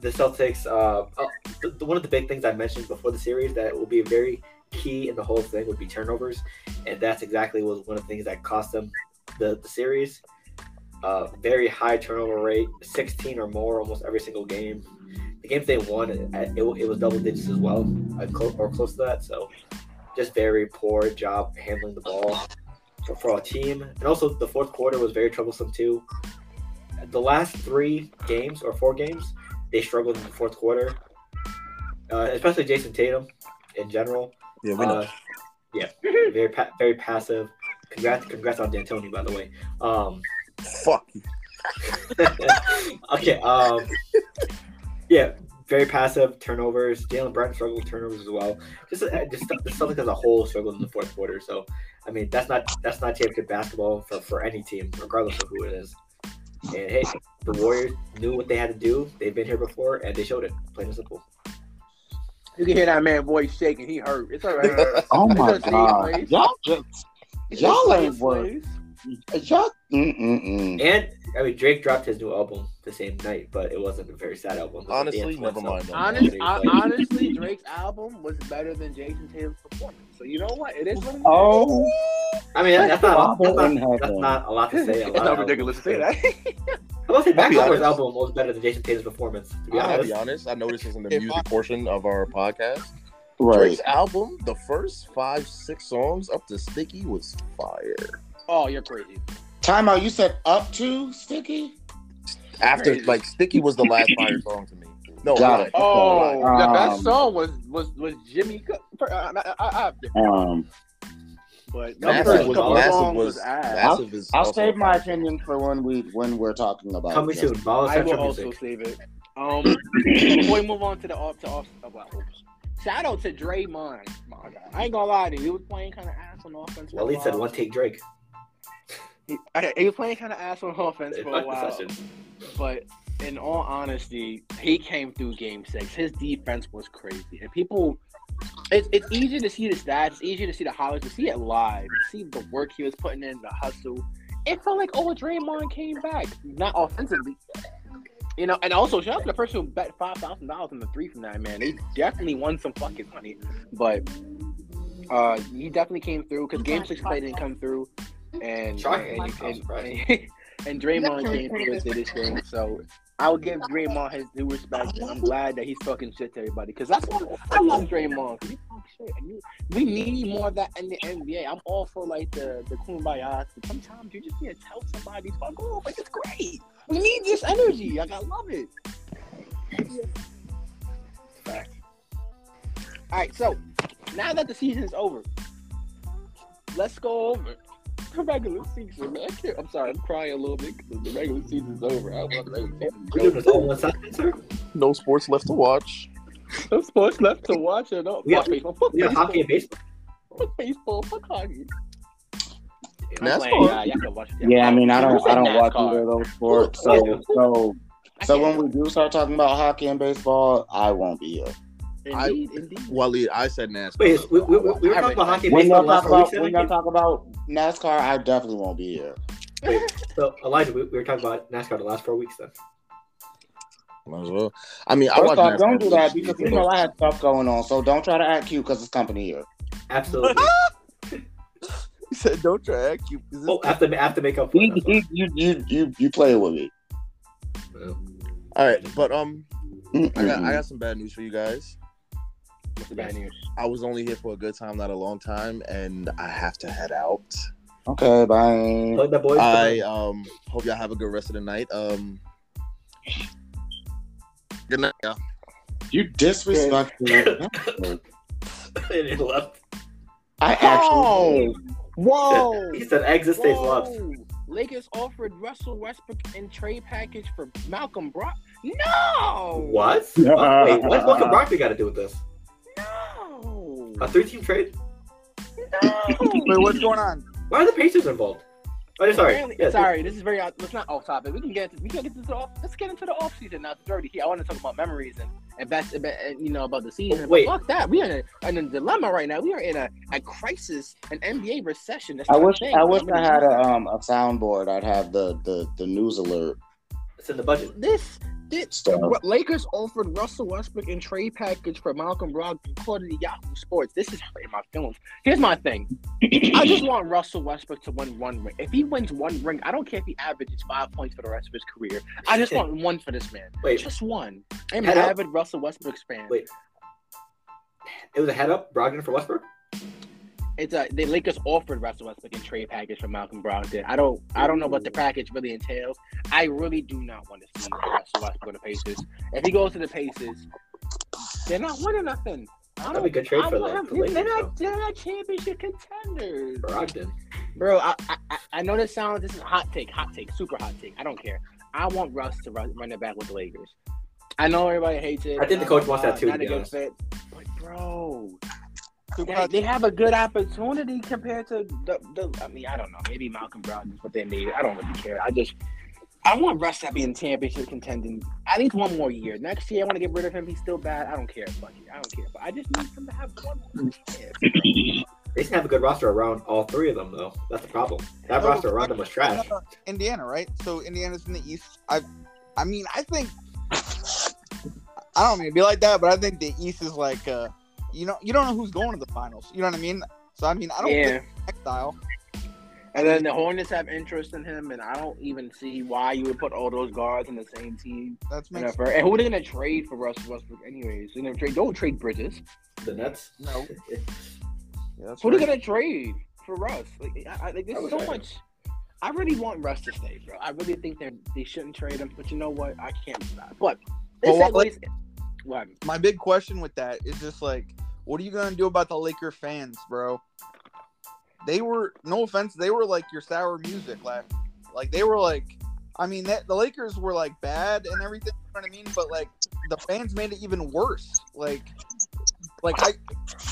A: The Celtics. Uh, oh, the, the- one of the big things I mentioned before the series that will be very key in the whole thing would be turnovers, and that's exactly was one of the things that cost them the, the series. Uh, very high turnover rate, 16 or more almost every single game. The games they won, it, it, it was double digits as well, uh, clo- or close to that. So, just very poor job handling the ball for, for our team. And also, the fourth quarter was very troublesome too. The last three games or four games, they struggled in the fourth quarter, uh, especially Jason Tatum in general.
E: yeah,
A: Uh, yeah, very pa- very passive. Congrats, congrats on D'Antoni, by the way. Um,
E: Fuck you.
A: [laughs] okay. Um, yeah, very passive turnovers. Jalen Brown struggled with turnovers as well. Just, uh, just the Celtics as a whole struggled in the fourth quarter. So, I mean, that's not that's not championship basketball for, for any team, regardless of who it is. And hey, the Warriors knew what they had to do. They've been here before, and they showed it. Plain and simple.
D: You can hear that man voice shaking. He hurt. It's all [laughs] right.
C: Oh my
D: Because he
C: god, [laughs]
D: plays.
C: y'all just y'all ain't worth
D: worried.
C: y'all. Mm-mm-mm.
A: And I mean, Drake dropped his new album the same night, but it wasn't a very sad album. It was a
E: Honestly,
A: dance
E: never
A: one, so-
E: mind.
D: Honest, I, honestly, Drake's album was better than Jason Tatum's performance. So you know what? It is what it is.
C: Oh,
A: I mean, that's not,
C: Father
A: that's
C: in
A: not,
C: heaven.
A: that's not a lot to say. A
D: [laughs] it's
A: lot
D: not
A: of-
D: ridiculous to say that.
A: I must say,
E: I'll be
A: Backcourt's
E: honest.
A: album was better than Jason Tatum's performance. To be
E: I'll be
A: honest,
E: honest. I know this isn't the
F: If
E: music portion of our podcast.
C: right.
E: Drake's album, the first five, six songs up to Sticky was fire.
D: [laughs] Oh, you're crazy.
C: Timeout. You said up to sticky.
E: After,
D: Crazy.
E: like, Sticky was the last
C: [laughs]
E: fire song to me. No, uh,
C: Got
E: like,
C: it.
D: Oh,
E: like,
D: that, that
C: Um,
D: song was was was Jimmy. Cook- I, I, I, I,
C: Um,
D: but
A: Massive
D: the first
E: Massive was,
D: couple
E: massive
D: songs
E: was,
D: ass.
E: massive is
C: I'll
E: also
C: save my
E: fire.
C: opinion for when we when we're talking about
A: coming
C: it.
A: soon. Ball
D: I will
A: Oh, Central
D: also
A: Music.
D: [coughs] save it. Um, before we move on to the off to off, oh, wow, oops. Shout out to Draymond. My God. I ain't gonna lie to you. He was playing kind of ass on offense. for
A: Well,
D: a
A: he said
D: while.
A: one take Drake.
D: He, I- he was playing kind of ass on offense for a
A: Fuck the
D: while.
A: session.
D: But in all honesty, he came through game six. His defense was crazy. And people, it's, it's easy to see the stats, it's easy to see the highlights, to see it live, to see the work he was putting in, the hustle. It felt like, oh, Draymond came back. Not offensively. You know, and also shout out to the person who bet five thousand dollars on the three from that man. They definitely won some fucking money, but uh, he definitely came through because Game Six play didn't come through, and and,
A: Shocking.
D: and,
A: I'm surprised.
D: and, [laughs] and Draymond came through and did his thing. So I'll give Draymond his due respect. and I'm glad that he's talking shit to everybody because that's what I love Draymond. 'cause He talks shit, and you, we need more of that in the NBA. I'm all for like the the kumbaya. but Sometimes you just need to tell somebody, "Fuck off!" Like it's great. We need this energy. Like I love it. All right, so now that the season's over, let's go over the regular season. Man, I can't, I'm sorry, I'm crying a little bit because the regular season's over. I don't want the regular season
A: We doing
D: to
A: this all one side, sir?
E: No sports left to watch.
D: go. No sports left to watch or no.
A: We
D: Fuck
A: have-
D: baseball. Fuck
A: We got
D: baseball.
A: hockey and baseball.
D: Fuck baseball. Fuck hockey.
E: And that's
D: Playing,
E: all.
D: nah, y'all can watch it.
C: Yeah, I mean, I
D: Who
C: don't,
D: said
C: I don't watch
D: NASCAR?
C: either of those sports. So, so, so when we do start talking about hockey and baseball, I won't be here.
D: Indeed, indeed.
E: Waleed, I said NASCAR.
A: Wait, we, we, we, we were talking about hockey and
C: When
A: baseball
C: y'all talk
A: last
C: about,
A: week.
C: when y'all
A: Elijah.
C: talk about NASCAR, I definitely won't be here.
A: So Elijah, we, we were talking about NASCAR the last four weeks. Then
E: Might as well. I mean, I
C: First
E: watch
C: off,
E: NASCAR.
C: don't do that
E: but-
C: because you
E: [laughs]
C: know I had stuff going on. So don't try to act cute because it's company here. [laughs]
A: absolutely.
E: He said, "Don't try to act cute." 'cause
A: oh, I have to I have to make up for
C: You,
A: it.
C: you, [laughs] you, you, you, you play with me.
A: that's all.
E: it's- All right, but um, I got I
C: Mm-mm.
E: got some bad news for you guys.
D: What's the bad news?
E: I was only here for a good time, not a long time, and I have to head out.
C: Okay, bye.
A: Plug that boy.
E: I
A: [laughs]
E: um hope y'all have a good rest of the night. Um, good night, y'all.
C: You
A: [laughs]
C: disrespectful.
A: and he left.
C: I actually.
D: Oh! Whoa!
A: He said exit stays
D: Whoa.
A: left.
D: Lakers offered Russell Westbrook and trade package for Malcolm Brock. No!
A: What?
C: Yeah.
A: Wait, what's Malcolm Brogdon got to do with this?
D: No!
A: A three-team trade? [laughs]
F: Wait,
D: No!
F: what's going on?
A: Why are the Pacers involved? Oh, yeah, sorry.
D: Apparently-
A: Yeah,
D: sorry, this is very out. It's not off topic. We can get we can get into the off. Let's get into the off season now. Dirty heat. I want to talk about memories and and best and- and, you know about the season.
A: Oh, Wait.
D: but fuck that. We are in a, in a dilemma right now. We are in a, a crisis, an NBA recession. That's
C: I
D: not a
C: wish
D: thing.
C: I wish I had a
D: a.
C: um a soundboard. I'd have the the the news alert
A: It's in the budget.
D: this this
C: stuff.
D: What Lakers offered Russell Westbrook in trade package for Malcolm Brogdon, according to Yahoo Sports. This is hurting my feelings. Here's my thing. I just want Russell Westbrook to win one ring. If he wins one ring, I don't care if he averages five points for the rest of his career. I just want one for this man.
A: Wait,
D: Just one. I'm an
A: Head up.
D: avid Russell Westbrook fan.
A: Wait. it was a head-up Brogdon for Westbrook?
D: It's a, the Lakers offered Russell Westbrook in trade package for Malcolm Brogdon. I don't I don't know what the package really entails. I really do not want to see Russell Westbrook in the Pacers. If he goes to the Pacers, they're not winning nothing. I
A: That'd
D: don't
A: be a good trade
D: I
A: for the,
D: want
A: the
D: him-
A: Lakers.
D: they're,
A: though.
D: not, they're not championship contenders.
A: Brogdon.
D: Bro, I, I I- I know this sounds this is a hot take, hot take, super hot take. I don't care. I want Russ to run, run it back with the Lakers. I know everybody hates it.
A: I think the
D: Uh,
A: coach wants that too,
D: Not
A: to
D: a
A: be
D: good
A: honest.
D: fit. But bro,
F: Super
D: they, they have a good opportunity compared to the, the. I mean, I don't know. Maybe Malcolm Brogdon is what they need. I don't really care. I just I want Russ to be in championship contending at least one more year. Next year, I want to get rid of him. He's still bad. I don't care. Fuck it. I don't care. But I just need him to have one more chance.
A: They didn't have a good roster around all three of them, though. That's the problem. That
D: Oh.
F: No,
A: roster around them was trash.
F: Uh, Indiana, right? So Indiana's in the East. I, I mean, I think I don't mean to be like that, but I think the East is like, uh, you know, you don't know who's going to the finals. You know what I mean? So I mean, I don't
D: yeah.
F: think exile.
D: And then the Hornets have interest in him, and I don't even see why you would put all those guards on the same team.
F: That's
D: And
F: makes
D: if- and who are they gonna trade for Russell Westbrook, anyways? They're gonna trade. Don't trade Bridges.
A: The Nets.
F: no.
E: Yeah, that's
D: Who are they
E: right.
D: gonna trade for Russ? Like, I, I, like
A: I
D: there's
A: would
D: so
A: trade him.
D: much. I really want Russ to stay, bro. I really think they they shouldn't trade him. But you know what? I can't stop. But this
F: Well, what-
D: segues. What?
F: My big question with that is just like, what are you gonna do about the Laker fans, bro? They were no offense, they were like your sour music last. Like they were like, I mean, that, the Lakers were like bad and everything. You know what I mean? But like the fans made it even worse. Like Like I,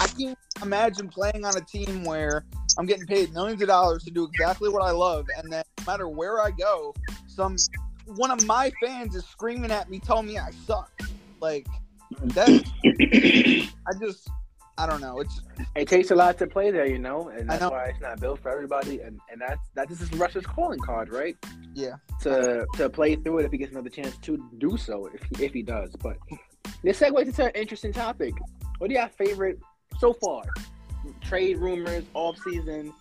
F: I can't imagine playing on a team where I'm getting paid millions of dollars to do exactly what I love, and then no matter where I go, some one of my fans is screaming at me, telling me I suck. Like that,
A: [coughs]
F: I just, I don't know. It's
D: It takes a lot to play there, you know, and
F: I
D: that's
F: know.
D: why it's not built for everybody. And and that's that. This is Russia's calling card, right?
F: Yeah.
D: To to play through it if he gets another chance to do so, if he, if he does. But this segues into an interesting topic. What do y'all favorite so far? Trade rumors, off season,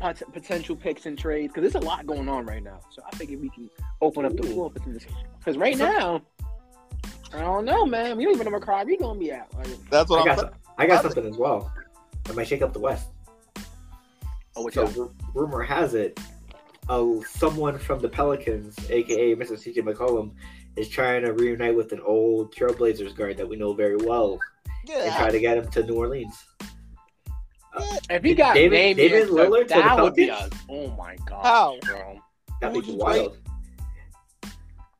D: pot- potential picks and trades. Because there's a lot going on right now. So I figure we can open up the floor for some discussion. Because right now, I don't know, man. We don't even know where Kyrie gonna be at. Like,
E: That's
A: I
E: what I'm.
A: got, some- I got something as well. I might shake up the West.
D: oh, what's
A: So
D: up?
A: ru- rumor has it, uh, someone from the Pelicans, aka Mr. CJ McCollum, is trying to reunite with an old Trailblazers guard that we know very well and
F: yeah.
A: try to get him to New Orleans.
D: If he got
A: David-
D: Damian,
A: David
D: Lillard,
A: Lillard to the
D: that would be a,
A: Pelicans?
D: oh my god,
F: How?
D: bro.
A: That'd
F: Would
A: be
F: you
A: wild.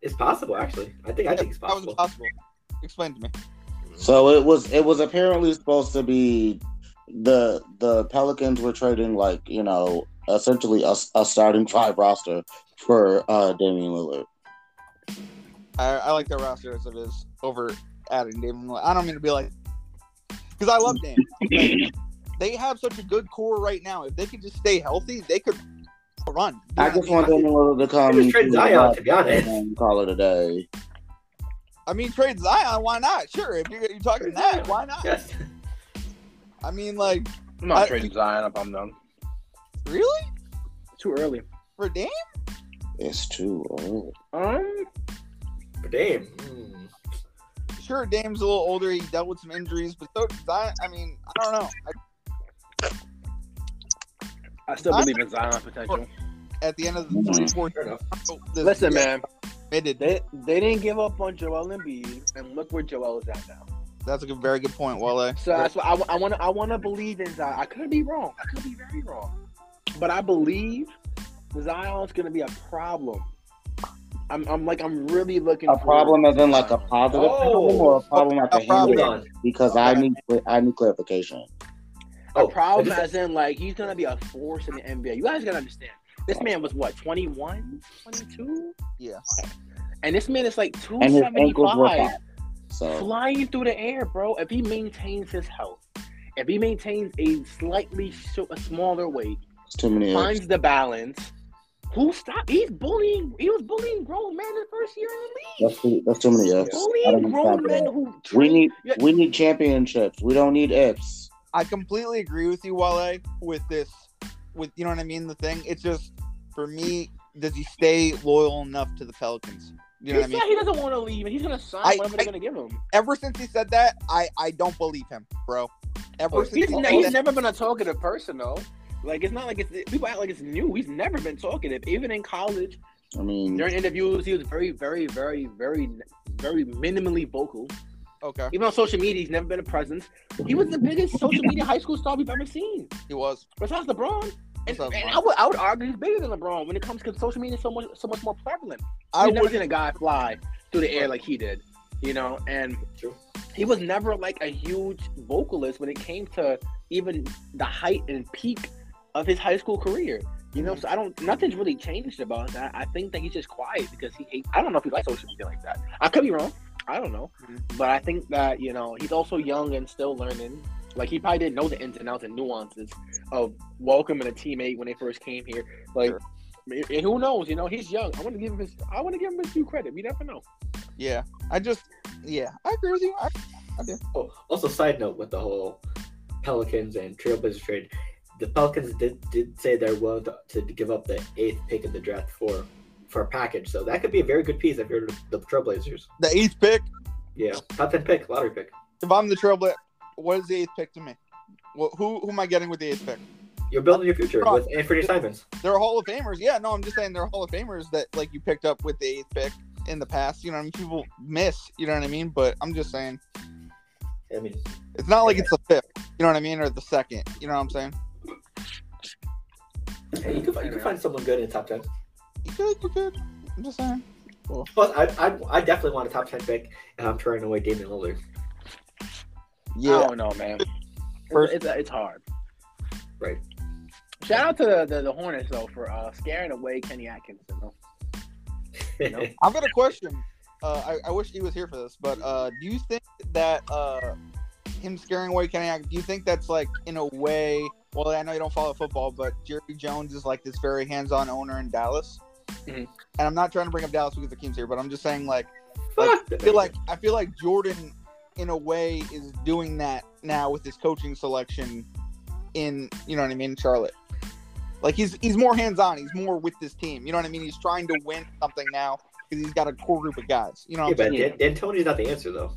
A: It's possible, actually. I think I think it's
F: That was
A: possible.
F: impossible. Explain to me.
C: So it was it was apparently supposed to be the the Pelicans were trading like you know essentially a, a starting five roster for uh Damian Lillard.
F: I, I like their roster as it is over adding Damon. Lillard. I don't mean to be like, because I love Damon. Like,
A: [laughs]
F: they have such a good core right now. If they could just stay healthy, they could run.
C: I just want Damian Lillard to come.
A: I just trade
C: to
A: Zion, to be honest.
C: and call it a day.
F: I mean, trade Zion. Why not? Sure, if you're, you're talking
A: Trade
F: that,
A: Zion.
F: why not?
A: Yes.
F: I mean, like,
D: I'm
F: I-
D: not trading Zion if I'm done.
F: really
D: Too early.
F: for Dame?
C: It's too old.
D: Um,
A: But damn. mm.
F: Sure, Dame's a little older. He dealt with some injuries, but so did Zion. I mean, I don't know. I,
D: I still
F: I-
D: believe in Zion's [laughs] potential.
F: at the end of the
D: Hmm.
F: three, four,
A: Fair enough.
F: this-
D: Oh, Listen,
F: yeah,
D: man,
F: they did.
D: they they didn't give up on Joel Embiid, and look where Joel is at now.
F: That's a good- very good point, Wale.
D: So that's why I- I want to I want to believe in Zion. I could be wrong. I could be very wrong, but I believe Zion's gonna be a problem. I'm, I'm like I'm really looking
C: A
D: for-
C: problem as in like a positive
A: Oh.
C: problem or a problem like a,
F: A
A: Hold
F: problem.
C: handle?
A: on.
C: Because I need I need clarification.
A: Oh,
D: a problem
A: I just-
D: as in like he's gonna be a force in the NBA. You guys gotta understand. This man was what 21, 22?
F: Yeah.
D: And this man is like
C: And his ankles were
D: 275
C: fine. So
D: flying through the air, bro. If he maintains his health, if he maintains a slightly sh- a smaller weight,
C: it's too many. ifs.
D: finds the balance, who stop? He's bullying. He was bullying grown men the first year in the league.
C: That's too, that's too many ifs. I don't
D: Bullying grown
C: understand
D: men
C: that.
D: who
C: We need
D: Yeah.
C: we need championships. We don't need ifs.
F: I completely agree with you, Wale, with this, with you know what I mean. The thing, it's just for me, does he stay loyal enough to the Pelicans? You know
D: he
F: what I mean.
D: said he doesn't want to leave, and he's gonna sign
F: I-
D: whatever they're
F: I-
D: gonna give him.
F: Ever since he said that, I I don't believe him, bro. Ever
A: Oh,
F: since
D: He's,
F: he
D: ne-
F: said
D: he's
F: that-
D: never been a talkative person, though. Like it's not like it's people act like it's new. He's never been talkative. Even in college,
C: I mean,
D: during interviews, he was very, very, very, very, very minimally vocal.
F: okay,
D: Even on social media, he's never been a presence. He was the biggest social media high school star we've ever seen,
F: he was.
D: besides LeBron. And,
F: Besides
D: and
F: LeBron.
D: I would, I would argue he's bigger than LeBron when it comes because social media is so much, so much more prevalent.
F: I
D: I've never
F: would.
D: seen a guy fly through the air like he did, you know. And
A: True.
D: he was never like a huge vocalist when it came to even the height and peak of his high school career. You
F: Mm-hmm.
D: know, so I don't. Nothing's really changed about that. I think that he's just quiet because he. hates I don't know if he likes social media like that. I could be wrong. I don't know,
F: Mm-hmm.
D: but I think that you know he's also young and still learning. Like he probably didn't know the ins and outs and nuances of welcoming a teammate when they first came here. Like,
F: Sure.
D: and- and who knows? You know, he's young. I want to give him his. I want to give him his due credit. We never know.
F: Yeah, I just. Yeah, I agree with you. I,
A: Oh, also, side note with the whole Pelicans and Trailblazers trade, the Pelicans did, did say they're willing to, to give up the eighth pick in the draft for for a package, so that could be a very good piece if you're the Trailblazers.
F: the eighth pick.
A: Yeah, top ten pick, lottery pick.
F: If I'm the trailblazer, what is the eighth pick to me? Well, who who am I getting with the eighth pick?
A: You're building your future with Anthony Simons.
F: They're Hall of Famers. Yeah, no, I'm just saying they're Hall of Famers that like you picked up with the eighth pick in the past. You know, what I mean, people miss. You know what I mean? But I'm just saying
A: I mean,
F: it's not like it's the fifth. You know what I mean, or the second. You know what I'm saying?
A: hey, you could you could find someone good in the top ten.
F: You could, you could. I'm just saying.
A: Plus, I I, I definitely want a top ten pick, and I'm turning away Damian Lillard.
D: I
F: Uh,
E: Yeah,
D: don't know, man. It's,
C: First-
D: it's, it's hard.
A: Right.
D: Shout out to the, the, the Hornets though for uh, scaring away Kenny Atkinson. Though.
A: [laughs]
D: Nope.
F: I've got a question. Uh, I, I wish he was here for this, but uh, do you think that uh, him scaring away Kenny Atkinson, do you think that's like in a way? Well, I know you don't follow football, but Jerry Jones is like this very hands-on owner in Dallas,
D: Mhm.
F: and I'm not trying to bring up Dallas because the team's here, but I'm just saying like
A: Fuck the
F: I
A: Lakers.
F: feel like I feel like Jordan, in a way, is doing that now with his coaching selection. In you know what I mean, Charlotte. Like he's he's more hands on. He's more with this team. You know what I mean. He's trying to win something now because he's got a core group of guys. You know, what
A: Yeah,
F: I'm
A: but
F: saying?
A: Dan, Dan Tony's not the answer though.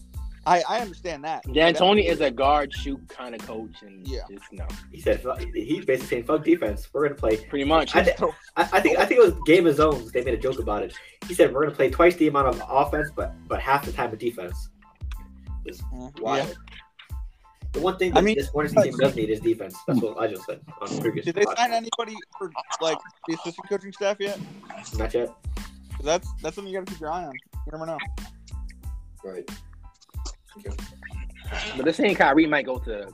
F: I I understand that.
D: D'Antoni is a guard shoot kind of coach, and
F: Yeah.
D: it's no,
A: He said fuck- he basically saying fuck defense. We're gonna play.
D: pretty much.
A: I, thi- I, I think I think it was Game of Zones. They made a joke about it. He said we're gonna play twice the amount of offense, but but half the time of defense.
F: Yeah.
A: Wild. The one thing
F: I
A: that
F: mean,
A: this Hornets team does need is defense. That's what I just said on the previous.
F: Did they sign
A: podcast.
F: anybody for like the assistant coaching staff yet?
A: Not yet.
F: 'Cause That's that's something you got to keep your eye on. You never know.
A: Right.
D: But this ain't Kyrie might go to.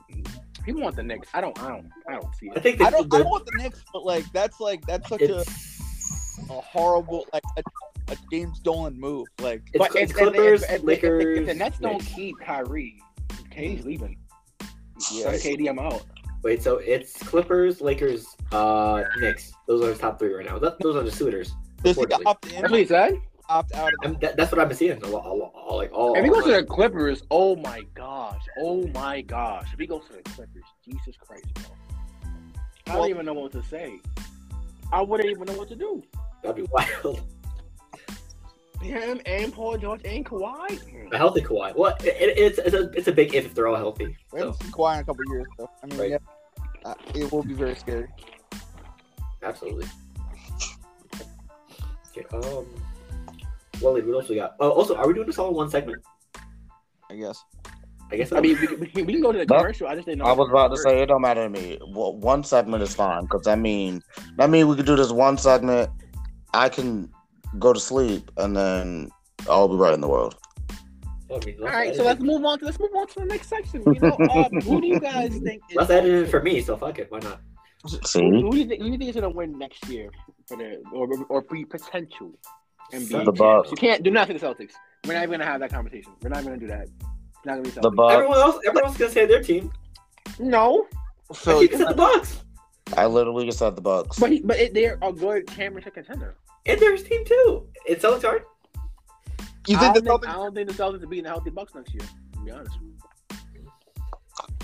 D: He want the Knicks. I don't. I don't. I don't see
A: I
D: it.
A: think
F: I
A: that
F: don't I
A: the-
F: don't want the Knicks, but like that's like that's such a,
A: it's,
F: a horrible like a, a James Dolan move. Like
A: it's,
D: if-
A: it's
D: if-
A: Clippers,
D: if- if- if-
A: Lakers.
D: If the Nets don't
A: Knicks.
D: keep Kyrie, KD's leaving. Yeah,
E: Yeah.
D: KD, I'm out.
A: Wait, so it's Clippers, Lakers, uh, Knicks. Those are the top three right now. Th- those are the suitors.
F: does he
A: reportedly.
F: opt in?
D: That's what he said.
F: opt out
A: I'm, that, that's what I've been seeing. A lot, a lot, all- Oh, like all.
D: If he goes to
A: online.
D: the Clippers, oh my gosh, oh my gosh. If he goes to the Clippers, Jesus Christ, bro. I
F: Well-
D: don't even know what to say. I wouldn't even know what to do.
A: that'd be [laughs] wild.
D: Him and Paul George and Kawhi.
A: A healthy Kawhi. Well, it, it- it's it's a, it's a big if if they're all healthy.
F: We haven't
A: So
F: seen Kawhi in a couple years, though. I mean,
A: Right.
F: yeah, uh, it will be very scary.
A: absolutely. Okay. Um. Well, what else we got? Oh, also, are we doing this all in one segment?
F: I guess.
A: I guess.
D: I mean, we, we, we can go to the
C: But-
D: commercial. I just didn't know.
C: I was about to say it don't matter to me. Well, one segment is fine because that mean that mean we could do this one segment. I can go to sleep and then I'll be right in the world.
A: I mean,
D: All
A: let's
D: right,
A: edit
D: so let's
A: it.
D: move on to let's move on to the next section.
A: [laughs]
D: You know, uh, who do you guys think? Is,
A: let's edit it for me. So fuck it. Why not?
C: See
D: Who do you think? Who do you think is gonna win next year for the or or for your potential
A: Son
D: NBA?
A: of
C: the Bucks,
D: You can't do nothing to Celtics. We're not even gonna have that conversation. We're not gonna do that. It's not gonna be
C: the
D: Celtics.
C: Bucks.
A: everyone else, everyone's gonna say their team.
D: no,
A: I [laughs]
F: So
A: keep said the Bucks
C: I literally just said the Bucks.
D: but he, but it, they're a good championship contender.
A: and their team too. It's so hard.
F: you
D: I
F: think the
D: don't, think, I
F: Celtics?
D: don't think the Celtics are beating the healthy Bucks next year. To be honest,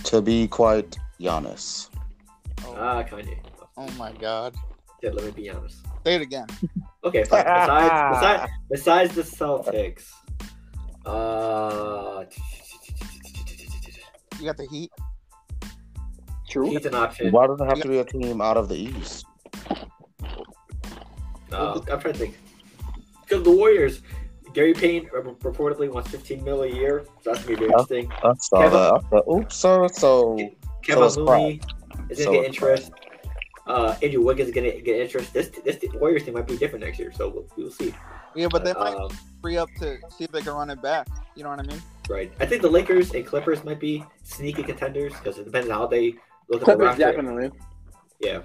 C: To be quite Giannis.
A: Ah, Kanye.
F: Oh my God!
A: Yeah, let me be honest.
F: Say it again.
A: Okay, fine. Besides, besides, besides the Celtics, uh,
F: You got the Heat.
D: true.
A: he's an option.
C: Why does it have to be a team out of the East?
A: Uh, I'm trying to think. Because the Warriors, Gary Payne uh, reportedly wants 15 mil a year. So that's gonna be interesting.
C: I saw that. I saw- Oops, sir. So
A: Kevin
C: it's
A: Looney is
C: So
A: gonna get
C: it's
A: interest. Uh, Andrew Wiggins is gonna get interest. This this Warriors team might be different next year, so we'll, we'll see.
F: Yeah, but they might
A: Um,
F: free up to see if they can run it back. You know what I mean?
A: Right. I think the Lakers and Clippers might be sneaky contenders because it depends on how they look at the
D: Clippers
A: roster.
D: definitely.
A: Yeah.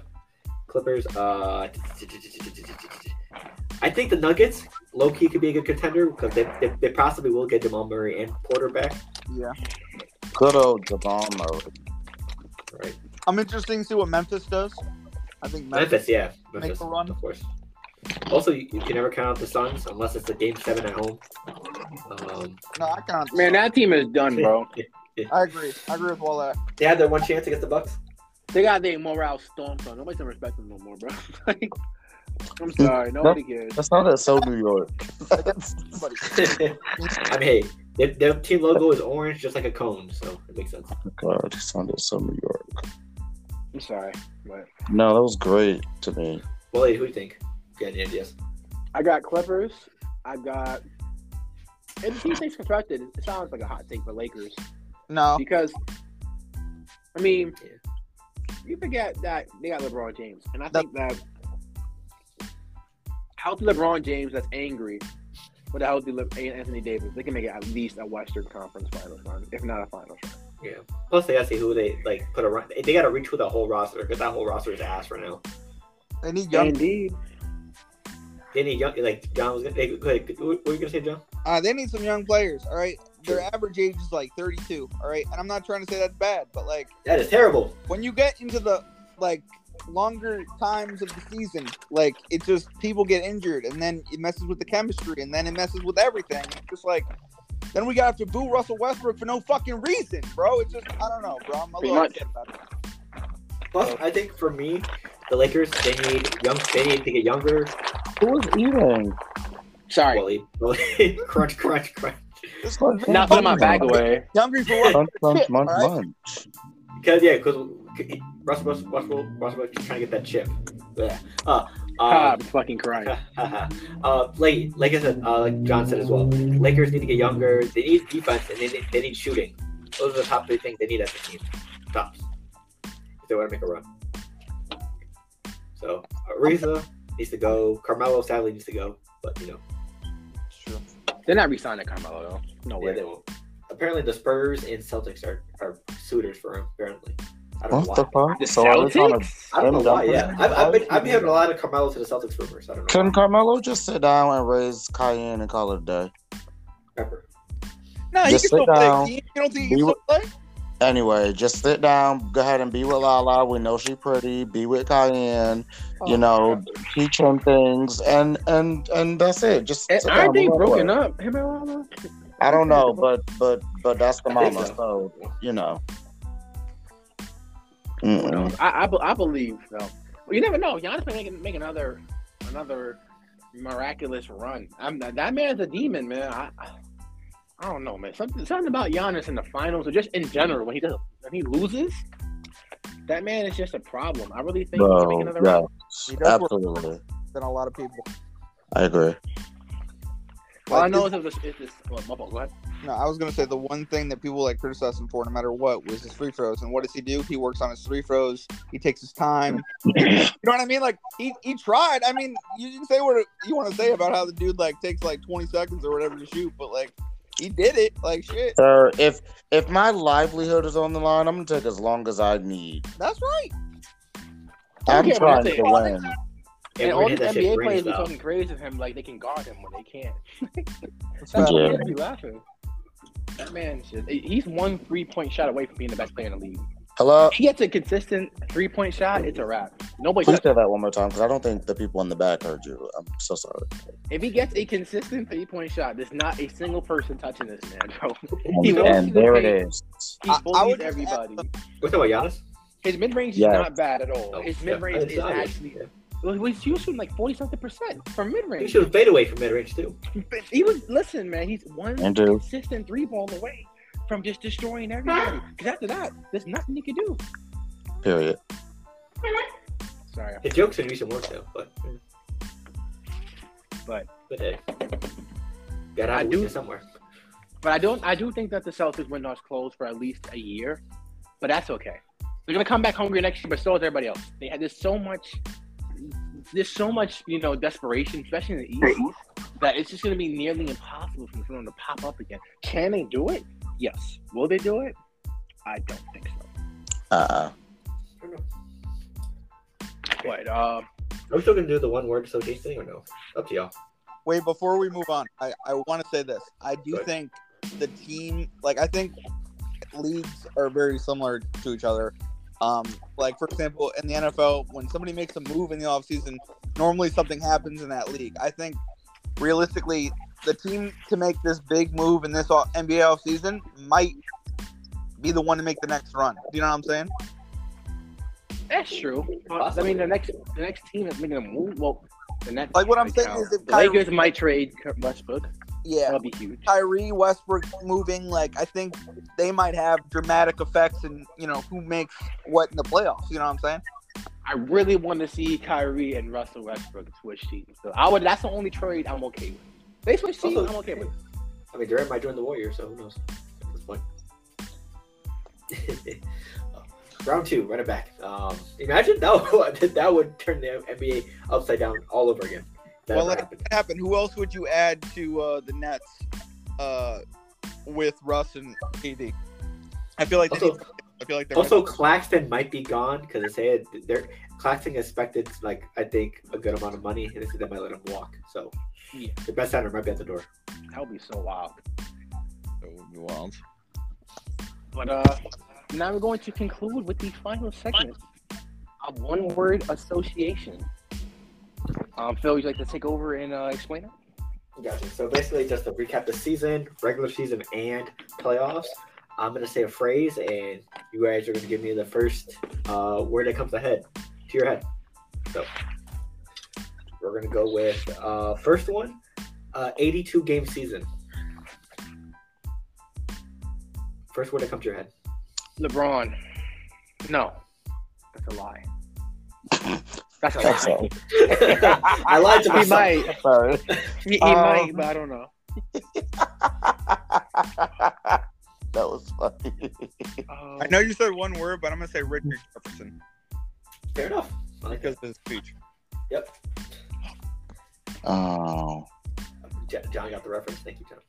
A: Clippers. Uh, I think the Nuggets, low key, could be a good contender because they, they, they possibly will get Jamal Murray and Porter back.
F: Yeah.
C: good old Jamal Murray.
A: Right.
F: I'm interested to see what Memphis does. I think Memphis.
A: Memphis, yeah. Memphis,
F: a run.
A: of course. Also, you, you can never count out the Suns unless it's a game seven at home. Um,
F: No, I can't.
D: Man, that team is done, bro.
F: I agree. I agree with all that.
A: they had their one chance against the Bucks. [laughs]
D: They got their morale stomped on. Nobody's gonna respect them no more, bro. [laughs] like, I'm sorry, nobody cares.
C: That's not that so New York.
F: Somebody.
A: I mean, hey, their, their team logo is orange, just like a cone, so it makes sense.
C: God, it sounded so New York.
D: I'm sorry, but
C: No, that was great to me.
A: Well, hey, who do you think? Yeah, any ideas?
D: I got Clippers. I got. If the team stays constructed, it sounds like a hot take for Lakers
F: No.
D: because, I mean,
A: Yeah.
D: you forget that they got LeBron James, and I
F: That-
D: think that healthy LeBron James that's angry with a healthy Le- Anthony Davis, they can make it at least a Western Conference Finals run, if not a Finals run.
A: Plus, they gotta see who they like put around. They gotta reach with the whole roster because that whole roster is ass right now.
F: They need young.
D: Indeed.
A: They need young, like John was. Gonna, they, like, what were you gonna say, John?
F: Uh, they need some young players. All right, their average age is like 32. All right, and I'm not trying to say that's bad, but like
A: That is terrible.
F: when you get into the like longer times of the season, like it just people get injured, and then it messes with the chemistry, and then it messes with everything. It's just like then we got to boo Russell Westbrook for no fucking reason, bro. It's just I don't know, bro. I'm a
D: Pretty
F: little
D: much.
F: upset about it.
A: Plus, I think for me, the Lakers they need young. They need to get younger.
C: Who's eating?
D: Sorry.
A: Wally, Wally, [laughs] crunch, crunch, crunch.
D: Not putting my bag away.
F: Hungry for what?
C: Munch, munch, munch,
F: All
C: munch.
A: Because yeah, because Russell, Russell, Russell, Russell, is trying to get that chip. Yeah. Uh, uh,
D: Ah, I'm fucking crying.
A: [laughs] uh, like, like I said, uh, like John said as well, Lakers need to get younger. They need defense and they need, they need shooting. Those are the top three things they need as a team. Tops. If they want to make a run. So Ariza needs to go. Carmelo sadly needs to go, but you know,
D: They're not resigning Carmelo though. No
A: yeah,
D: way.
A: they won't. Apparently, the Spurs and Celtics are, are suitors for him. Apparently, I don't know
C: What
A: why.
C: the fuck?
D: The
C: So I was on a-
D: Celtics?
A: I don't know
C: Them
A: why.
C: dumpers?
A: Yeah, I've, I've been I've been hearing a lot of Carmelo to the Celtics rumors. I don't know.
C: Can Carmelo just sit down and raise Cayenne and call it a day?
A: Pepper.
F: No, he can
C: Just sit
F: still play.
C: down.
F: You don't think he
C: Be
F: can still play?
C: Anyway, just sit down, go ahead and be with Lala. We know she pretty. Be with Cayenne.
F: Oh,
C: you know, teach him things, and and and that's it. Just
D: And
C: sit down,
D: aren't they
C: relax.
D: broken up? Him and Lala?
C: I don't know, but but but that's the
A: I think
C: mama,
A: so.
C: so you know. Mm-mm.
D: I, I, be- I believe though. Well, you never know. Giannis may make, make another another miraculous run. I'm not- that man's a demon, man. I, I I don't know, man. Something something about Giannis in the finals or just in general when he does when he loses, that man is just a problem. I really think he can make
C: Bro,
D: another
C: yeah,
D: run.
F: He does work
C: absolutely,
F: than a lot of people.
C: I agree.
D: All I
F: Like,
D: know is if it's, if it's well, my fault, go ahead.
F: No, I was gonna say the one thing that people like criticize him for, no matter what, was his free throws. And what does he do? He works on his free throws. He takes his time. you know what I mean? Like he, he tried. I mean, you didn't say what you want to say about how the dude like takes like 20 seconds or whatever to shoot, but like he did it. Like shit.
C: Sir, if if my livelihood is on the line, I'm gonna take as long as I need.
F: That's right.
D: I
C: I'm
D: don't care what
C: trying
D: they
C: to
D: say.
C: win.
D: And
A: And
D: all
A: we're
D: these
A: hitting that
D: NBA
A: shit green
D: players be
A: stuff.
D: talking crazy to him like they can guard him when they can't.
F: That's
D: That's
F: right.
C: Yeah.
D: yeah. be laughing. That man, shit. he's one three point shot away from being the best player in the league.
C: Hello.
D: If he gets a consistent three point shot, it's a wrap. Nobody.
C: Please say that one more time, because I don't think the people in the back heard you. I'm so sorry.
D: If he gets a consistent three point shot, there's not a single person touching this man, bro. [laughs] He
C: And,
D: won't
C: and
D: see the
C: there it
D: paint.
C: is.
D: He
F: I- I
D: bullies
F: would just add
D: everybody.
A: We're talking about Giannis.
D: His mid range
C: Yes.
D: is not bad at all.
A: Oh,
D: His
A: yeah,
D: mid range
A: it's
D: is
A: not, yeah.
D: actually. Well, he was he was shooting like forty something percent from mid
A: He
D: range.
A: should fade away from mid range too.
D: He was listen, man. He's one
C: And do.
D: consistent three ball away from just destroying everybody. Because after that, there's nothing he can do.
C: Period.
D: Sorry,
A: The jokes are some work though, but
D: but
A: but hey, gotta
D: I
A: have a
D: do-
A: weakness somewhere.
D: But I don't. I do think that the Celtics window's closed for at least a year, but that's okay. They're gonna come back hungry next year, but so is everybody else. They had there's so much, there's so much you know desperation, especially in the East, that it's just gonna be nearly impossible for them to pop up again. Can they do it? Yes. Will they do it? I don't think so.
C: Uh-uh.
A: I don't know.
D: But uh,
A: Are we still gonna do the one word association thing or no? Up to y'all.
F: Wait, before we move on, I, I want to say this. I do
A: Go ahead.
F: think the team, like, I think leagues are very similar to each other. Um, like, for example, in the NFL, when somebody makes a move in the offseason, normally something happens in that league. I think realistically, the team to make this big move in this all- NBA offseason might be the one to make the next run. Do you know what I'm saying?
D: that's true. I
A: Possibly.
D: mean, the next the next team that's making a move. Well, the next
F: Like, what I'm saying
D: account-
F: is if
D: the
F: Kyrie-
D: Lakers might trade Kurt Westbrook.
F: Yeah.
D: That'll be huge.
F: Kyrie Westbrook moving, like I think they might have dramatic effects in you know who makes what in the playoffs. You know what I'm saying?
D: I really want to see Kyrie and Russell Westbrook switch teams. So I would. That's the only trade I'm okay with. They switch teams.
A: Also,
D: I'm okay with.
A: I mean, Durant might join the Warriors, so who knows? At this point. [laughs] Round two, run it back. Um, imagine that would, that [laughs] would turn the NBA upside down all over again. That
F: Well,
A: ever
F: let-
A: happened.
F: Happen. Who else would you add to uh, the Nets uh, with Russ and KD? I feel like they
A: Also-
F: need- I feel like they're
A: Also, Claxton might be gone because they say it- they're Claxton expected like I think a good amount of money, and they said they might let him walk. So
D: Yeah.
A: the best center might be at the door.
D: That would be so wild.
E: That would be wild.
D: But uh, now we're going to conclude with the final segment of one word association. Um, Phil, would you like to take over and uh, explain it?
A: Gotcha. So basically, just to recap the season, regular season, and playoffs. I'm gonna say a phrase, and you guys are gonna give me the first uh, word that comes ahead to your head. So we're gonna go with uh, first one, uh, 82 game season. First word that comes to your head.
D: LeBron. No, that's a [laughs] lie. That's a
C: That's
D: lie.
C: all.
A: I lied to
D: [laughs] He
A: myself.
D: might.
C: Sorry.
D: He, he
C: Um,
D: might, but I don't know.
C: that was funny.
D: Um,
F: I know you said one word, but I'm gonna say Richard Jefferson
A: Fair enough. I like that.
F: because of his speech.
A: Yep.
C: Oh.
A: J- John got the reference. Thank you, John.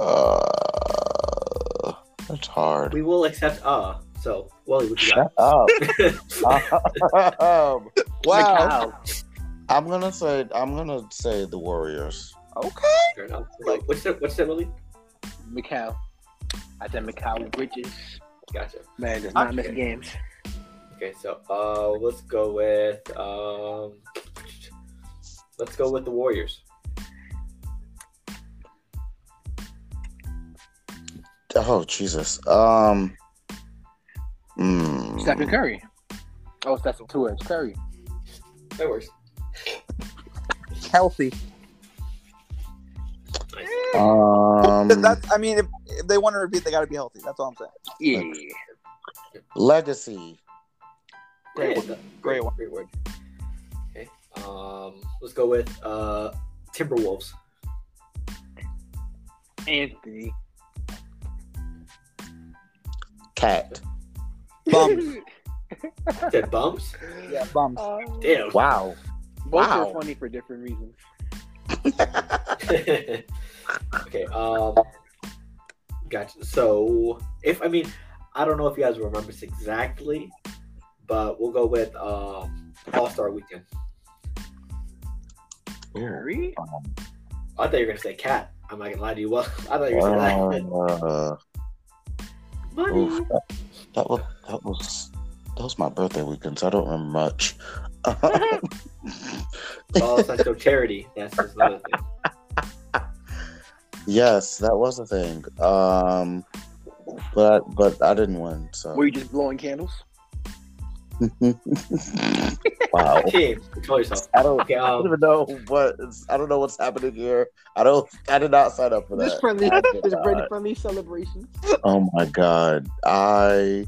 C: Uh, that's hard.
A: We will accept uh. So, Wally, what you
C: Shut up.
A: got?
C: Um, wow.
D: Wow.
C: I'm gonna say I'm gonna say the Warriors.
A: [laughs] Fair enough. Like, what's that? What's that, Wally?
D: Mikal. I said Mikal Bridges.
A: Gotcha.
D: Man, does not miss games.
A: Okay, so uh, let's go with um, let's go with the Warriors.
C: Oh Jesus. Um. mm,
D: Stephen Curry. Oh, that's two words. Curry.
A: That works.
F: Healthy.
A: Hmm. Nice.
C: [laughs] um.
F: that's. I mean, if, if they want to repeat, they got to be healthy. That's all I'm saying.
D: Yeah.
C: legacy.
F: Great
A: one.
F: Great one.
A: Great word. Okay. Um, let's go with uh, [laughs] Timberwolves.
D: Anthony.
C: Cat.
D: [laughs]
F: Bums.
A: Dead bums.
F: Yeah, bums.
D: Um,
A: Damn.
C: Wow.
D: Both
C: Wow.
D: are funny for different reasons.
A: [laughs] okay. Um. Gotcha. So, if I mean, I don't know if you guys remember this exactly, but we'll go with um, All Star Weekend.
D: Curry?
C: Uh,
A: I thought you were gonna say cat. I'm not gonna lie to you. [laughs] Well, I thought you were gonna say
C: Uh,
A: that. [laughs] Money.
C: oof. That was that was that was my birthday weekend, so I don't remember much. Um,
A: Oh, it's like no charity. That's just another thing.
C: [laughs] yes, that was a thing. Um, but but I didn't win. So
D: Were you just blowing candles?
C: wow.
A: Okay, control yourself.
C: I don't.
A: Okay,
C: I don't
A: um,
C: [laughs] even know what it's, I don't know what's happening here. I don't. I did not sign up for that. Uh,
D: friendly,
C: I did not.
D: friendly celebration.
C: Oh my god, I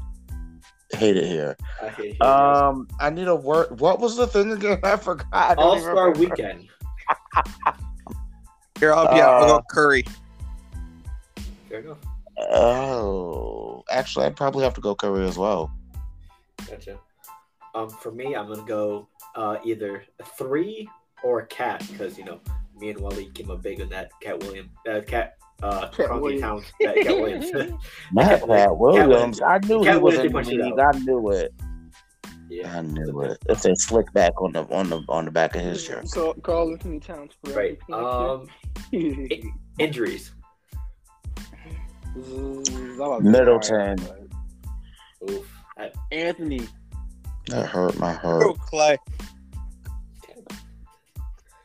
C: hate it here.
A: I hate you.
C: Um, I need a word. What was the thing again? [laughs] I forgot. I don't
A: All
C: even
A: Star
C: remember.
A: Weekend.
F: Here, I'll be out.
C: Uh,
F: I'll go Curry.
A: Fair enough.
C: Oh, actually, I'd probably have to go Curry as well.
A: Gotcha. Um, for me, I'm gonna go uh, either a three or a cat because you know me and Wally came up big on that Cat Williams, uh, Cat uh,
D: Cat
A: Cronky
D: Williams.
A: Towns, that Cat Williams.
C: Not Pat Williams. I knew he
A: Cat
C: was in
A: Williams
C: the
A: did punch
C: league.
A: it
C: I knew it.
A: [laughs] yeah,
C: I knew it. It's a slick back on the on the on the back of his shirt.
D: Call, call Anthony Towns for
A: right.
D: [laughs]
A: Um, injuries.
C: Middleton.
A: Oof. I-
D: Anthony.
C: That hurt my
F: Go
A: oh,
C: heart.
F: Oh, Clay.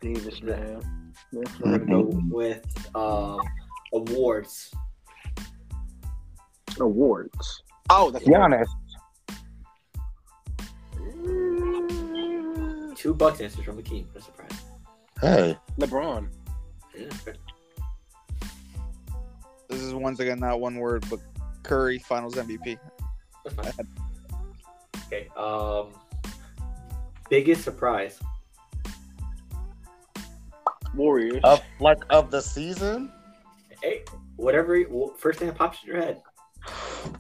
D: Davis, man. That's
A: We're
C: Mm-hmm.
D: right.
A: gonna go with um, awards.
D: Awards.
F: Oh, that's
C: Giannis.
A: Two bucks answers from Akeem. What a surprise.
C: Hey,
D: LeBron.
A: Yeah, fair-
F: This is once again not one word, but Curry Finals MVP.
A: that's fine. Okay. Um, biggest surprise.
D: Warriors.
C: of like of the season. [sighs]
A: Hey, whatever. wh- First thing that pops in your head.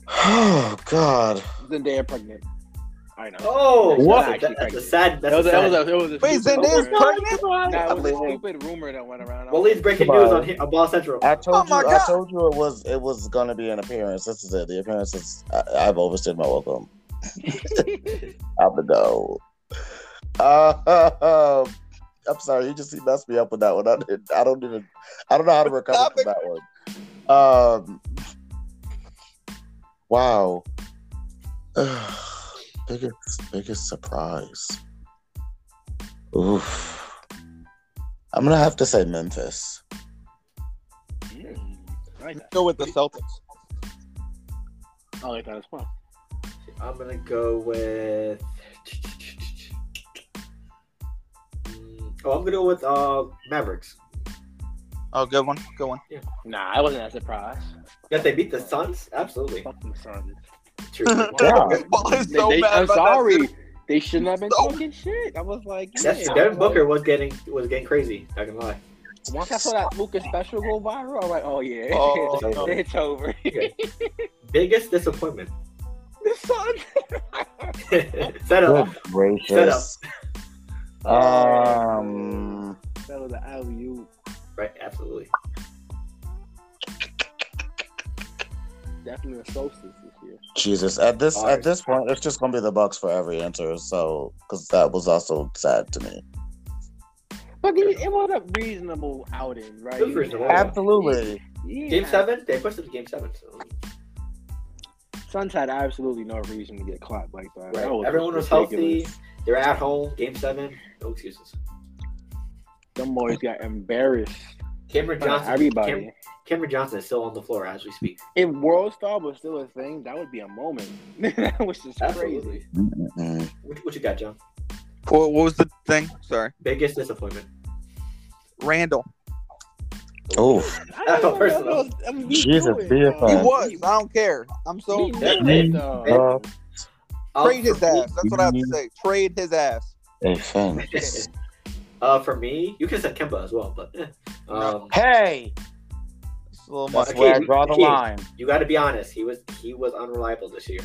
C: Oh God.
D: Zendaya pregnant. All right, no.
A: Oh,
D: What?
A: That's, a, that's a
D: Actually,
A: sad. That's
D: that was,
A: a
D: a,
A: sad.
D: that was a, it was a
F: Wait,
D: stupid
F: Zendaya's
D: rumor.
F: pregnant?
D: Nah, it was a
C: Unbelievable.
D: stupid rumor that went around.
A: Walid's breaking
C: Come
A: news
C: on.
A: on here, on Ball Central.
C: I told
F: Oh my
C: you.
F: God.
C: I told you it was. It was gonna be an appearance. This is it. The appearance is. I, I've overstayed my
F: [laughs]
C: welcome. I'm the dog. Uh, I'm sorry. You just messed me up with that one. I, didn't- I don't even. I don't know how to recover from that one. Um. Wow. [sighs] biggest biggest surprise. Oof. I'm gonna have to say Memphis.
D: Mm, I like that.
F: Go with the Celtics.
D: I like that as well.
A: I'm gonna go with. Mm, Oh, I'm gonna go with uh Mavericks.
F: Oh, good one. Good [laughs] one.
D: Nah, I wasn't that surprised.
A: That they beat the Suns, absolutely.
D: Fuck them Suns. [laughs]
A: True.
C: Yeah.
F: Ball is
D: They-
F: so
D: they-
F: bad
D: I'm
F: about
D: sorry.
F: that.
D: They shouldn't have been
F: So-
D: talking shit. I was like,
A: That's
D: yeah,
A: Devin
D: like,
A: Booker was getting was getting crazy. Not gonna lie.
D: Once I saw that Lucas special go viral, I'm like, oh yeah,
F: Oh,
A: It's over.
D: [laughs] it's over.
A: Okay. Biggest disappointment. [laughs]
D: the Suns.
A: Set up. [laughs]
C: Good gracious. Um,
D: That was an alley-oop.
A: Right, absolutely.
D: Definitely a solstice this year.
C: Jesus. At this at this point, it's just gonna be the Bucks for every answer. So, because that was also sad to me.
D: But it, it was a reasonable outing, right?
A: It was reasonable.
C: Absolutely.
D: Yeah.
A: Game seven? They pushed it to game seven. So.
D: Suns had absolutely no reason to get clapped like that.
A: Right.
D: That was
A: Everyone was
D: ridiculous.
A: healthy. They're at home. Game seven. No excuses.
D: Them boys got embarrassed.
A: Cameron
D: by
A: Johnson.
D: everybody.
A: Cam- Cameron Johnson is still on the floor as we speak.
D: if World Star was still a thing, that would be a moment. [laughs] that was just crazy.
A: [laughs] Absolutely.
C: Mm.
A: What, what you got, John?
F: What, what was the thing? Sorry.
A: Biggest disappointment.
F: Randall.
C: Oof.
D: I don't know
A: Personal.
D: what else- I mean, we
C: Jesus,
D: do it,
C: be a
D: uh,
C: fan.
F: He
C: Um,
F: was. I don't care. I'm so
D: we
A: that-
D: do it, uh,
C: Uh,
A: Uh,
F: trade his
A: for me-
F: ass. That's what I have to say. Trade his ass.
C: Hey, fan.
A: [laughs] uh, for me, you could have said Kemba as well, but eh. um,
C: Hey,
F: It's a little much.
C: that's where I draw the
A: Kid.
C: line.
A: you got to be honest. He was he was unreliable this year.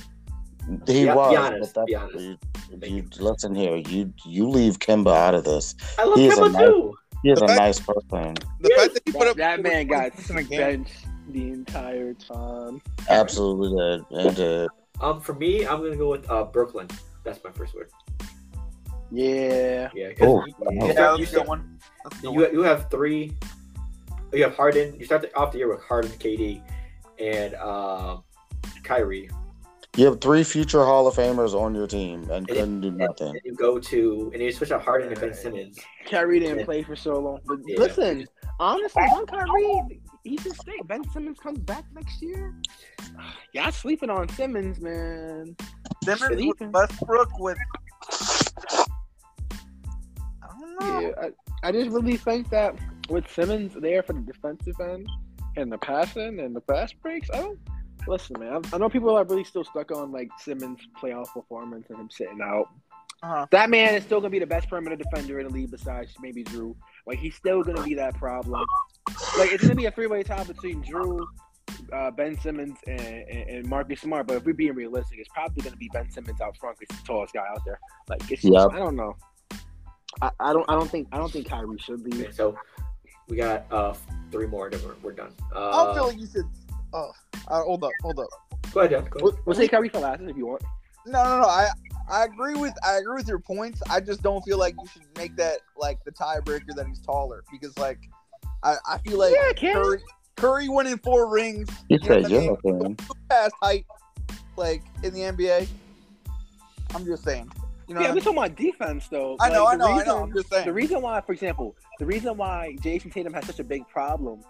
C: He
A: Be- be
C: was.
A: honest,
C: but
A: be
C: that's-
A: honest.
C: You,
A: Thank
C: you
A: you.
C: listen here. You you leave Kimba out of this.
A: I love
C: He's a
A: Kemba
C: nice-
A: too.
C: He is
F: The
C: a
F: fact-
C: nice person.
F: The fact that he put
D: that,
F: up
D: that man got
F: in a game.
D: benched the entire time.
C: Absolutely did. And did.
A: Um, for me, I'm gonna go with uh Brooklyn. That's my first word.
D: Yeah.
A: Yeah, 'cause
C: Oh,
A: you,
C: wow.
A: you
F: Yeah,
A: start-
F: that
A: you
F: was a good
A: start-
F: one. That's a good
A: you- you have three. You have Harden. You start the, off the year with Harden, KD, and uh, Kyrie.
C: You have three future Hall of Famers on your team and
A: it-
C: couldn't do
A: And
C: nothing.
A: then you go to and you switch out Harden and Ben Simmons.
D: Kyrie didn't
A: Yeah.
D: play for so long. But
A: Yeah.
D: listen, honestly, on Kyrie, he should stay. Ben Simmons comes back next year. [sighs] Y'all sleeping on Simmons, man.
F: one. Simmons with
D: Sleeping.
F: Westbrook with. I don't know.
D: Yeah, I, I just really think that with Simmons there for the defensive end and the passing and the fast breaks, I don't listen, man. I, I know people are really still stuck on like Simmons' playoff performance and him sitting out.
F: Uh-huh.
D: That man is still gonna be the best perimeter defender in the league besides maybe Drew. Like he's still gonna be that problem. Like it's gonna be a three way tie between Drew. Uh, ben Simmons and, and, and Marcus Smart, but if we're being realistic, it's probably going to be Ben Simmons out front. 'cause He's the tallest guy out there. Like, it's
C: Yep.
D: I don't know. I, I don't. I don't think. I don't think Kyrie should be.
A: Okay, so we got uh three more, then we're, we're done. Uh,
F: I don't feel like you should. Oh, uh, hold up, hold up.
A: go ahead, John. Go ahead.
D: We'll take Kyrie for last if you want.
F: No, no, no. I, I agree with, I agree with your points. I just don't feel like you should make that like the tiebreaker that he's taller because like, I, I feel like
D: yeah, Cam.
F: Curry, Curry winning four rings
C: You
F: know
C: said
F: what I mean?
C: yeah, man.
F: past height, like in the NBA. I'm just saying. You know,
D: yeah, we're
F: what
D: talking about defense though.
F: I, mean? I know, I
D: Like, the
F: know, I
D: reason-
F: know. I'm just
D: The
F: saying.
D: reason why, for example, the reason why Jason Tatum has such a big problem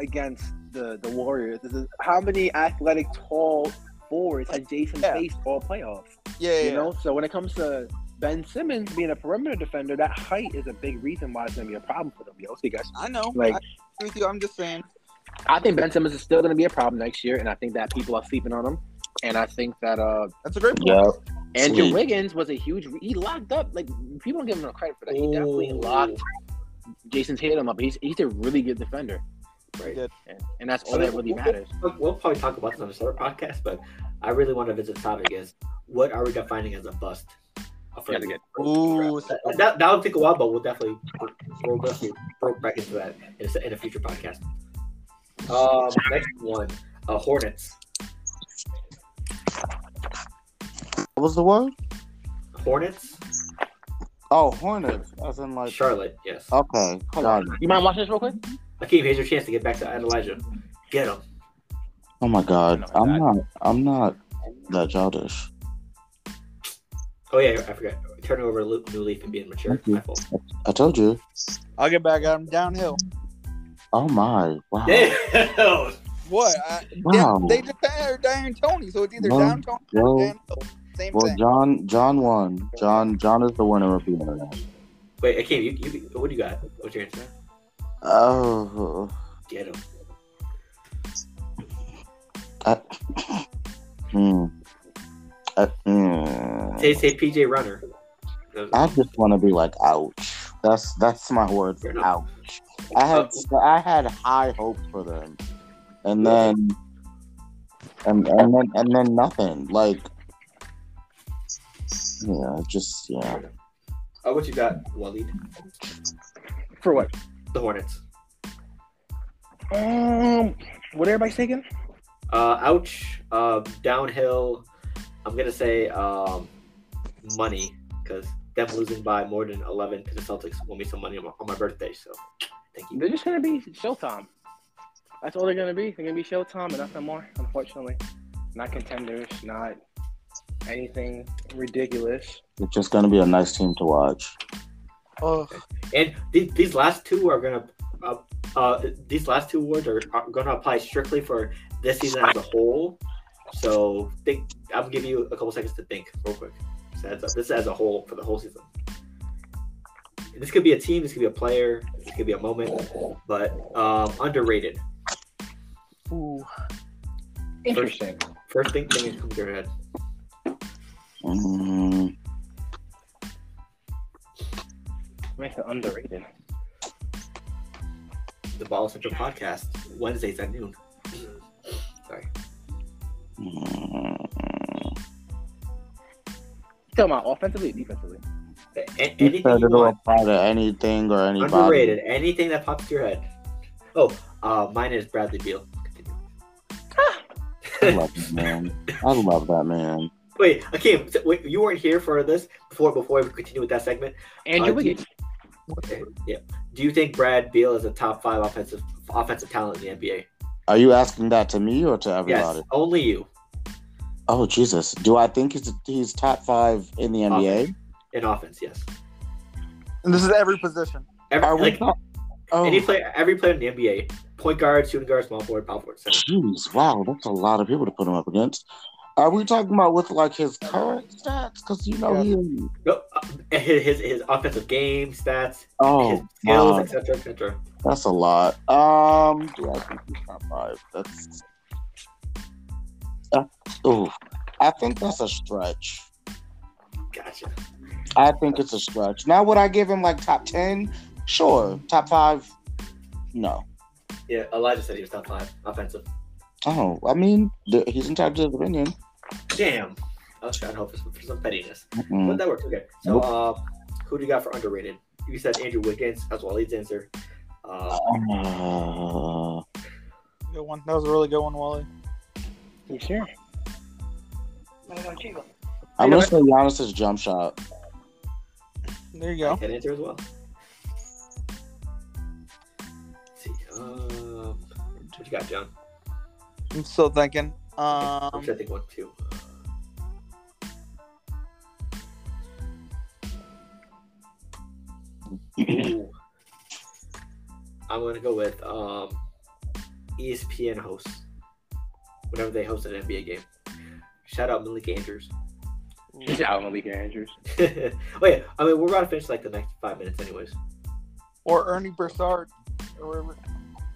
D: against the the Warriors is how many athletic, tall forwards has Jason
F: Yeah.
D: faced all playoffs.
F: Yeah, yeah,
D: You know, so when it comes to Ben Simmons being a perimeter defender, that height is a big reason why it's going to be a problem for them. Yo, so you guys,
F: I know.
D: like,
F: I agree with you. I'm just saying.
D: I think Ben Simmons is still going to be a problem next year, and I think that people are sleeping on him. And I think that uh,
F: That's a great point.
C: Yep.
D: Andrew
C: Sleep.
D: Wiggins was a huge. He locked up. Like people don't give him no credit for that. He definitely
A: Ooh.
D: locked Jason Tatum up. He's he's a really good defender,
A: Right.
D: and, and that's all that really matters.
A: We'll, we'll probably talk about this on a separate podcast, but I really want to visit the topic is what are we defining as a bust? For
D: Gotta get-
C: Ooh, so-
A: that that'll take a while, but we'll definitely we'll definitely broke back into that in a, in a future podcast. Um, next one, uh, Hornets.
C: what was the word?
A: Hornets,
C: Oh, Hornets. As in like Oh.
A: Charlotte. Yes,
C: okay, got it.
D: You mind watching this real quick?
A: Akeem, here's your chance to get back to Adelijah. Get him.
C: Oh my god,
D: I know
C: I'm
D: that.
C: not. I'm not that childish.
A: Oh yeah, I forgot. Turning over a lo- new leaf and being mature. My fault.
C: I told you.
F: I'll get back at him downhill.
C: Oh my! Wow. [laughs]
A: Damn. [laughs]
F: What? I,
C: Wow.
F: they, they just hired Darren Tony, so it's either
C: Well,
F: down Tony or
C: well,
F: downhill. Same
C: Well,
F: thing.
C: John. John won. John. John is the winner of the internet.
A: Wait, Akeem, you, you what do you got? What's your answer?
C: Oh.
A: Get him.
C: I, [laughs] hmm. I, hmm.
A: Say say PJ Runner.
C: I just want to be like, ouch. That's that's my word for
A: Fair enough.
C: ouch. I had I had high hope for them, and then and and then and then nothing. Like, yeah, just yeah.
A: Oh, what you got, Waleed?
D: For what?
A: The Hornets.
D: Um, what everybody's taking?
A: Uh, ouch. Uh, downhill. I'm gonna say um, money because them losing by more than 11 to the Celtics won me some money on my, on my birthday. So thank you.
D: They're just gonna be Showtime. That's all they're gonna be. They're gonna be Showtime and nothing more. Unfortunately, not contenders, not anything ridiculous.
C: It's just gonna be a nice team to watch.
D: Oh,
A: And th- these last two are gonna. Uh, uh, these last two awards are, are going to apply strictly for this season as a whole. So think i will give you a couple seconds to think real quick. So that's this is as a whole for the whole season. This could be a team. This could be a player. This could be a moment. But um, underrated.
D: Interesting.
A: First thing, thing that comes to your head.
C: Mm,
D: Makes it underrated.
A: The Ball Central podcast Wednesdays at noon.
C: mm.
D: Come on, offensively, or defensively.
A: A- a-
C: You
A: anything
C: said
A: you
C: it'll
A: want.
C: apply to anything or anybody.
A: Underrated. Anything that pops to your head. Oh, uh, mine is Bradley Beal. Continue.
C: I love that man. I love that man.
A: Wait, Akeem, so- wait, you weren't here for this before. Before we continue with that segment,
D: Andrew
A: Uh,
D: Wiggins.
A: Uh, yeah. Do you think Brad Beal is a top five offensive offensive talent in the NBA?
C: Are you asking that to me or to everybody?
A: [laughs] Yes, only you
C: Oh Jesus! Do I think he's he's top five in the NBA?
A: in offense. Yes.
F: And this is every position.
A: Every,
C: Are we?
A: like
C: not- oh,
A: any player, every player in the NBA, point guard, shooting guard, small forward, power forward, center.
C: jeez, wow, that's a lot of people to put him up against. Are we talking about with like his current stats? Because you know he.
A: No, uh, his, his his offensive game stats, his
C: Oh,
A: skills,
C: wow,
A: etc., etc.
C: that's a lot. Um, do I think he's top five? That's. oh, I think that's a stretch.
A: Gotcha.
C: I think it's a stretch. Now, would I give him like top ten? Sure. Top five? No.
A: Yeah, Elijah said he was top five offensive.
C: Oh, I mean, th- he's entitled to his opinion.
A: Damn. I was trying to hope for some, for some pettiness,
C: Mm-mm.
A: but that works. Okay. So, uh, who do you got for underrated? You said Andrew Wiggins as well. Leeds answer. Uh,
C: Uh,
F: Good one. That was a really good one, Wally.
D: You sure?
C: I'm gonna say Giannis's jump shot.
F: There you go.
A: that answer as well. Let's see, um, what you got, John?
F: I'm still thinking.
A: I'm
F: Um,
A: trying to think one too. Ooh. I'm gonna go with um, E ESPN hosts. Whenever they host an NBA game, shout out Malik Andrews. [laughs]
D: Good job, Malik Andrews.
A: Wait, I mean we're about to finish like the next five minutes, anyways.
F: or Ernie Broussard, or whatever.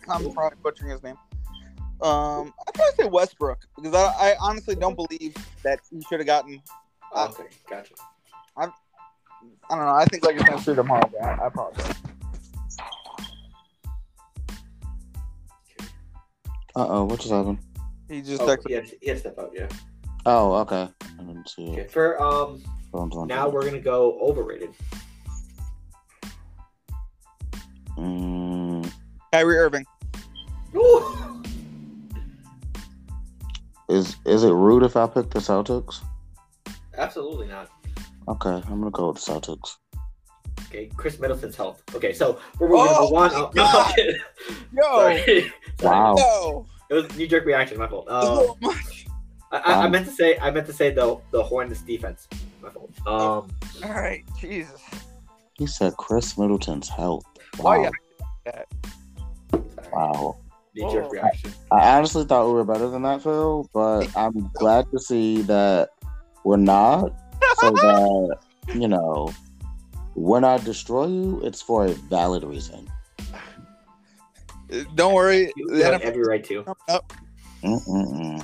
F: I'm probably butchering his name. Um, I probably say Westbrook because I, I honestly don't believe that he should have gotten. Uh,
A: okay, gotcha.
F: I don't know. I think like it's going to tomorrow. but I, I apologize.
C: Uh oh, what just happened?
F: He just
A: Oh,
F: texted.
A: yeah, yeah, step out. Yeah.
C: Oh, okay. I didn't see it.
A: Okay, for um,
C: Phone's on.
A: now we're gonna go overrated.
C: Mm,
F: Kyrie Irving.
A: Ooh. [laughs]
C: is is it rude if I pick the Celtics?
A: Absolutely not.
C: Okay, I'm gonna go with the Celtics.
A: Okay, Chris Middleton's health. Okay, so we're moving
F: Oh
A: on.
F: my
A: Oh, [laughs] no, I'm
F: God. Oh.
A: kidding.
F: Yo,
A: Sorry. [laughs]
C: Wow. Uh,
F: yo.
A: it was knee jerk reaction. My fault.
F: [laughs]
A: Um,
F: Oh my-
A: I, I, I
C: Um,
A: meant to say I meant to say the the Hornets defense. My fault. Um,
F: All right, Jesus.
C: He said Chris Middleton's health. Wow.
F: Oh, yeah.
C: Wow.
A: knee jerk
D: Oh.
A: reaction.
C: I honestly thought we were better than that, Phil, but I'm glad to see that we're not. So that, you know, when I destroy you, it's for a valid reason.
F: Uh, Don't worry.
A: You
F: the
A: have
F: NFL
A: every right to.
F: coming up,
C: Mm-mm-mm.
F: and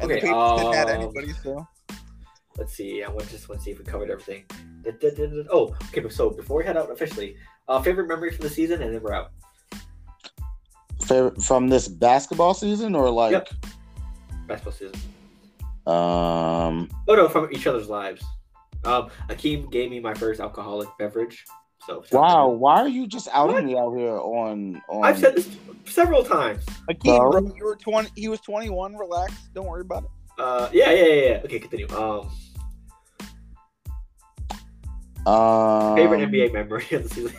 F: the
A: Okay,
F: Patriots didn't
C: uh,
F: add
A: um,
F: anybody, so.
A: Let's see. I want just want to see if we covered everything. Da- da- da- da- Oh, okay. So before we head out officially, uh, favorite memory from the season, and then we're out.
C: Favorite from this basketball season or like
A: Basketball season.
C: um
A: Oh no, from each other's lives. Um, Akeem gave me my first alcoholic beverage. So
C: wow, why are you just outing
A: What?
C: me out here on on
A: I've said this several times.
F: Akeem,
C: Bro.
F: bro, you were 20, he was 21. Relax. Don't worry about it.
A: Uh, yeah, yeah, yeah. yeah. Okay, continue. Um,
C: um,
A: favorite NBA memory [laughs] of the season.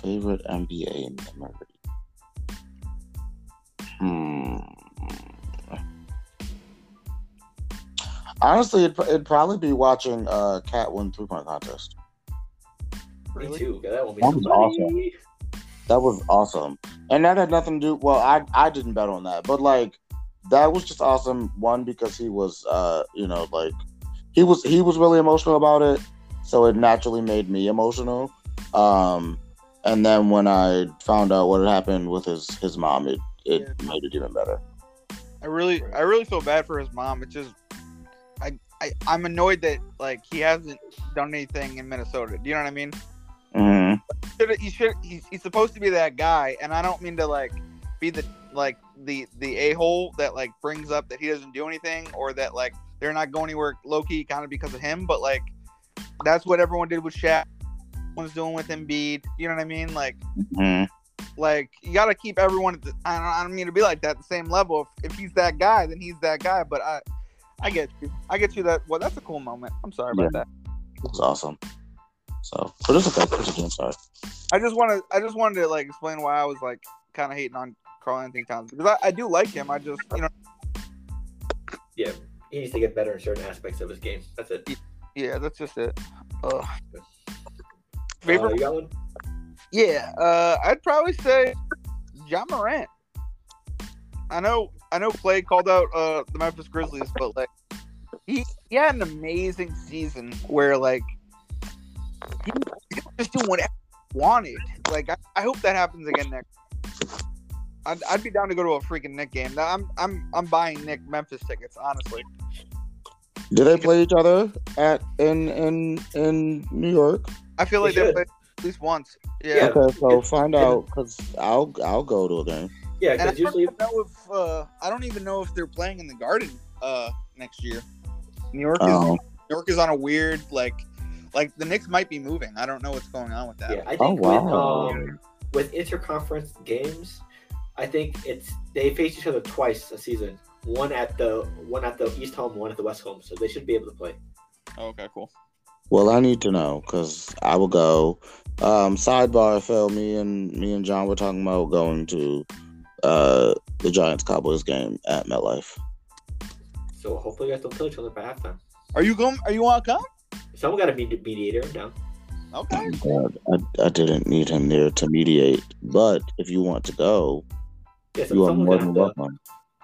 C: favorite NBA memory. Hmm. Honestly, it'd, it'd probably be watching uh Cat win three point contest.
A: Me too. That will be
C: That was
A: somebody.
C: awesome. That was awesome, and that had nothing to do. Well, I I didn't bet on that, but like that was just awesome. One because he was uh you know like he was he was really emotional about it, so it naturally made me emotional. Um, and then when I found out what had happened with his his mom, it it made it even better.
F: I really, I really feel bad for his mom. It's just, I, I, I'm annoyed that like he hasn't done anything in Minnesota. Do you know what I mean?
C: hmm
F: Should he should he's, he's supposed to be that guy, and I don't mean to like be the like the the a hole that like brings up that he doesn't do anything or that like they're not going anywhere low key kind of because of him, but like that's what everyone did with Shaq. Everyone's doing with Embiid. You know what I mean? Like
C: hmm
F: like you got to keep everyone at the, I, don't, I don't mean to be like that at the same level if, if he's that guy then he's that guy but i i get you i get you that well that's a cool moment i'm sorry about that
C: It was awesome. So, but it's okay. It's okay. I'm sorry.
F: i just want to i just wanted to like explain why i was like kind of hating on carl anthony towns because I, I do like him i just you know
A: He needs to get better in certain aspects of his game. That's it.
F: yeah that's just it Ugh.
A: Uh,
F: favorite
A: you got one?
F: yeah uh i'd probably say john morant i know i know clay called out uh the memphis grizzlies but like he, he had an amazing season where like he was just doing whatever he wanted. Like I, I hope that happens again next. I'd, I'd be down to go to a freaking Nick game. Now, I'm I'm I'm buying Nick Memphis tickets. Honestly,
C: Do they play each other at in in in New York?
F: I feel
A: They
F: like they
A: should.
F: played at least once. Yeah.
A: Yeah.
C: Okay, so
A: It's-
C: find out because I'll I'll go to a game.
A: Yeah,
F: And I
A: because
F: don't
A: usually,
F: even know if uh, I don't even know if they're playing in the Garden uh, next year. New York is
C: Oh.
F: New York is on a weird like like the Knicks might be moving. I don't know what's going on with that.
A: yeah, I think
C: Oh, wow.
A: with, um, with interconference games, I think it's they face each other twice a season. One at the one at the East home, one at the West home. So they should be able to play.
F: Oh, okay, cool.
C: Well, I need to know because I will go. Um, sidebar, Phil. Me and me and John were talking about going to uh the Giants Cowboys game at MetLife.
A: So hopefully, you guys don't kill each other by halftime.
F: Are you going? Are you want to come?
A: Someone got to be the mediator. No,
F: Okay.
C: Oh God, I, I didn't need him there to mediate, but if you want to go,
A: yeah, so
C: you are
A: someone's
C: more
A: gonna
C: than
A: have to. uh,
C: welcome.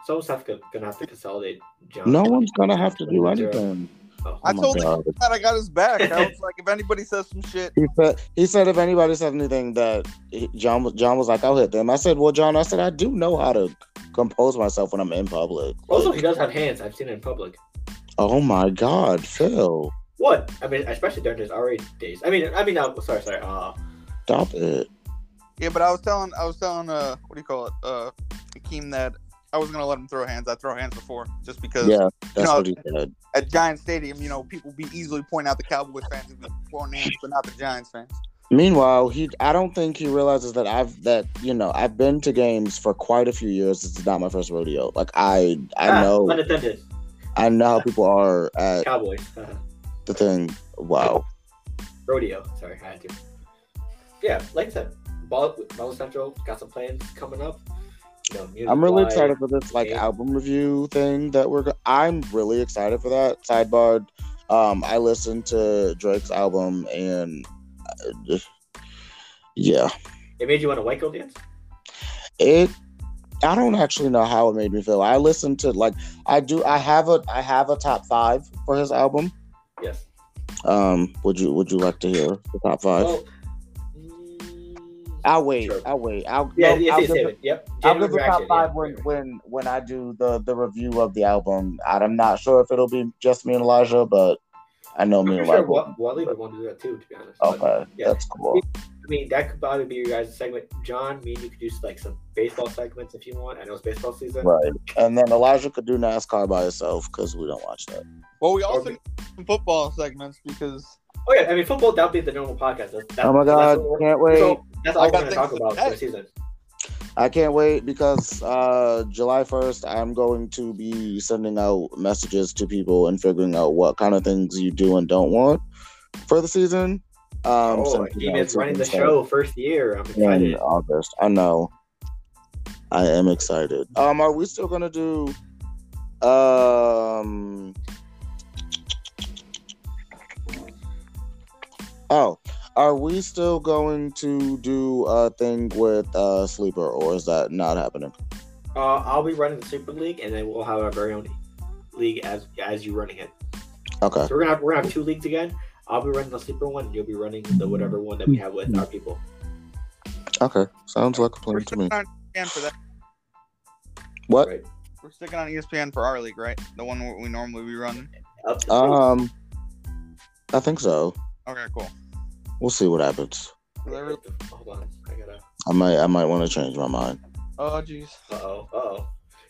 A: Someone's have to, gonna have to consolidate. John.
C: No one's gonna have to do
A: Zero.
C: anything.
A: Oh.
C: Oh
F: I
C: my
F: told you-
C: God,
F: Glad I got his back. I [laughs] was like, if anybody says some shit,
C: He said, he said if anybody said anything that he- John was- John was like, I'll hit them. I said, well, John, I said I do know how to compose myself when I'm in public.
A: Also,
C: Like,
A: he does have hands. I've seen it in public.
C: oh my God, Phil,
A: What? I mean, especially during his RA days. I mean, I mean, no, sorry, sorry. Uh,
C: stop it.
F: yeah. But I was telling, I was telling, uh, what do you call it, uh, Akeem that I wasn't gonna let him throw hands. I throw hands before just because
C: Yeah, that's
F: know,
C: what he said.
F: at Giant Stadium, you know, people be easily point out the Cowboys fans who be throwing hands, but not the Giants fans.
C: Meanwhile, he I don't think he realizes that I've that you know I've been to games for quite a few years. This is not my first rodeo. Like I I
A: Ah,
C: know
A: Unattended.
C: I know how people are at
A: Cowboys. Uh,
C: the thing. Wow.
A: rodeo. Sorry, I had to. Yeah, like I said, Ball, Ball Central got some plans coming up. You know, music
C: I'm really
A: wise.
C: excited for this like
A: Yeah.
C: album review thing that we're. go- I'm really excited for that sidebar. Um, I listened to Drake's album and uh, just- yeah,
A: It made you want to white girl dance?
C: it. I don't actually know how it made me feel. I listened to like I do. I have a I have a top five for his album.
A: Yes.
C: Um, would you would you like to hear the top five?
A: Well, mm,
C: I'll wait.
A: sure.
C: I'll wait. I'll
A: yeah,
C: I'll-
A: yes,
C: I'll
A: yes,
C: give
A: save
C: it-
A: it. Yep.
C: I'll give
A: January
C: the top
A: reaction, yeah,
C: five when,
A: right, right.
C: when when I do the the review of the album. I'm not sure if it'll be just me and Elijah, but I know
A: I'm
C: me
A: pretty
C: and
A: sure
C: Elijah.
A: Wa- Wally would want to do that too, to be honest. But,
C: okay,
A: yeah.
C: that's cool.
A: I mean, that could probably be your guys' segment. John, me and you could do like some baseball segments if you want. I know it's baseball season.
C: Right, and then Elijah could do NASCAR by himself because we don't watch that.
F: Well, we also
A: Okay.
F: need some football segments because
A: Oh yeah, I mean football. That'll be the normal podcast. That's, that,
C: oh my
A: that's
C: god,
A: what we're-
C: can't wait!
A: So that's all
F: I
A: we're
F: got
A: gonna
F: things
A: talk
F: to
A: about
F: say.
A: this season.
C: I can't wait because uh, July first, I'm going to be sending out messages to people and figuring out what kind of things you do and don't want for the season. Um,
A: oh,
C: since, you know,
A: Demon's running the
C: season
A: show first year. I'm
C: in
A: excited.
C: August. I know. I am excited. Um, are we still gonna do um Oh, are we still going to do a thing with uh sleeper or is that not happening?
A: Uh, I'll be running the Super League, and then we'll have our very own league as as you running it.
C: Okay.
A: So we're gonna have, we're gonna have two leagues again. I'll be running the sleeper one, and you'll be running the whatever one that we have with our people.
C: Okay. Sounds like a
F: we're
C: plan to me.
F: sticking on ESPN for that.
C: What?
A: Right.
F: We're sticking on E ESPN for our league, right? The one we normally be running.
A: Up to
C: Um I think so.
F: Okay, cool.
C: We'll see what happens.
A: three. hold on, I gotta.
C: I might I might want to change my mind. [laughs]
F: Oh, jeez.
A: Uh oh, uh oh,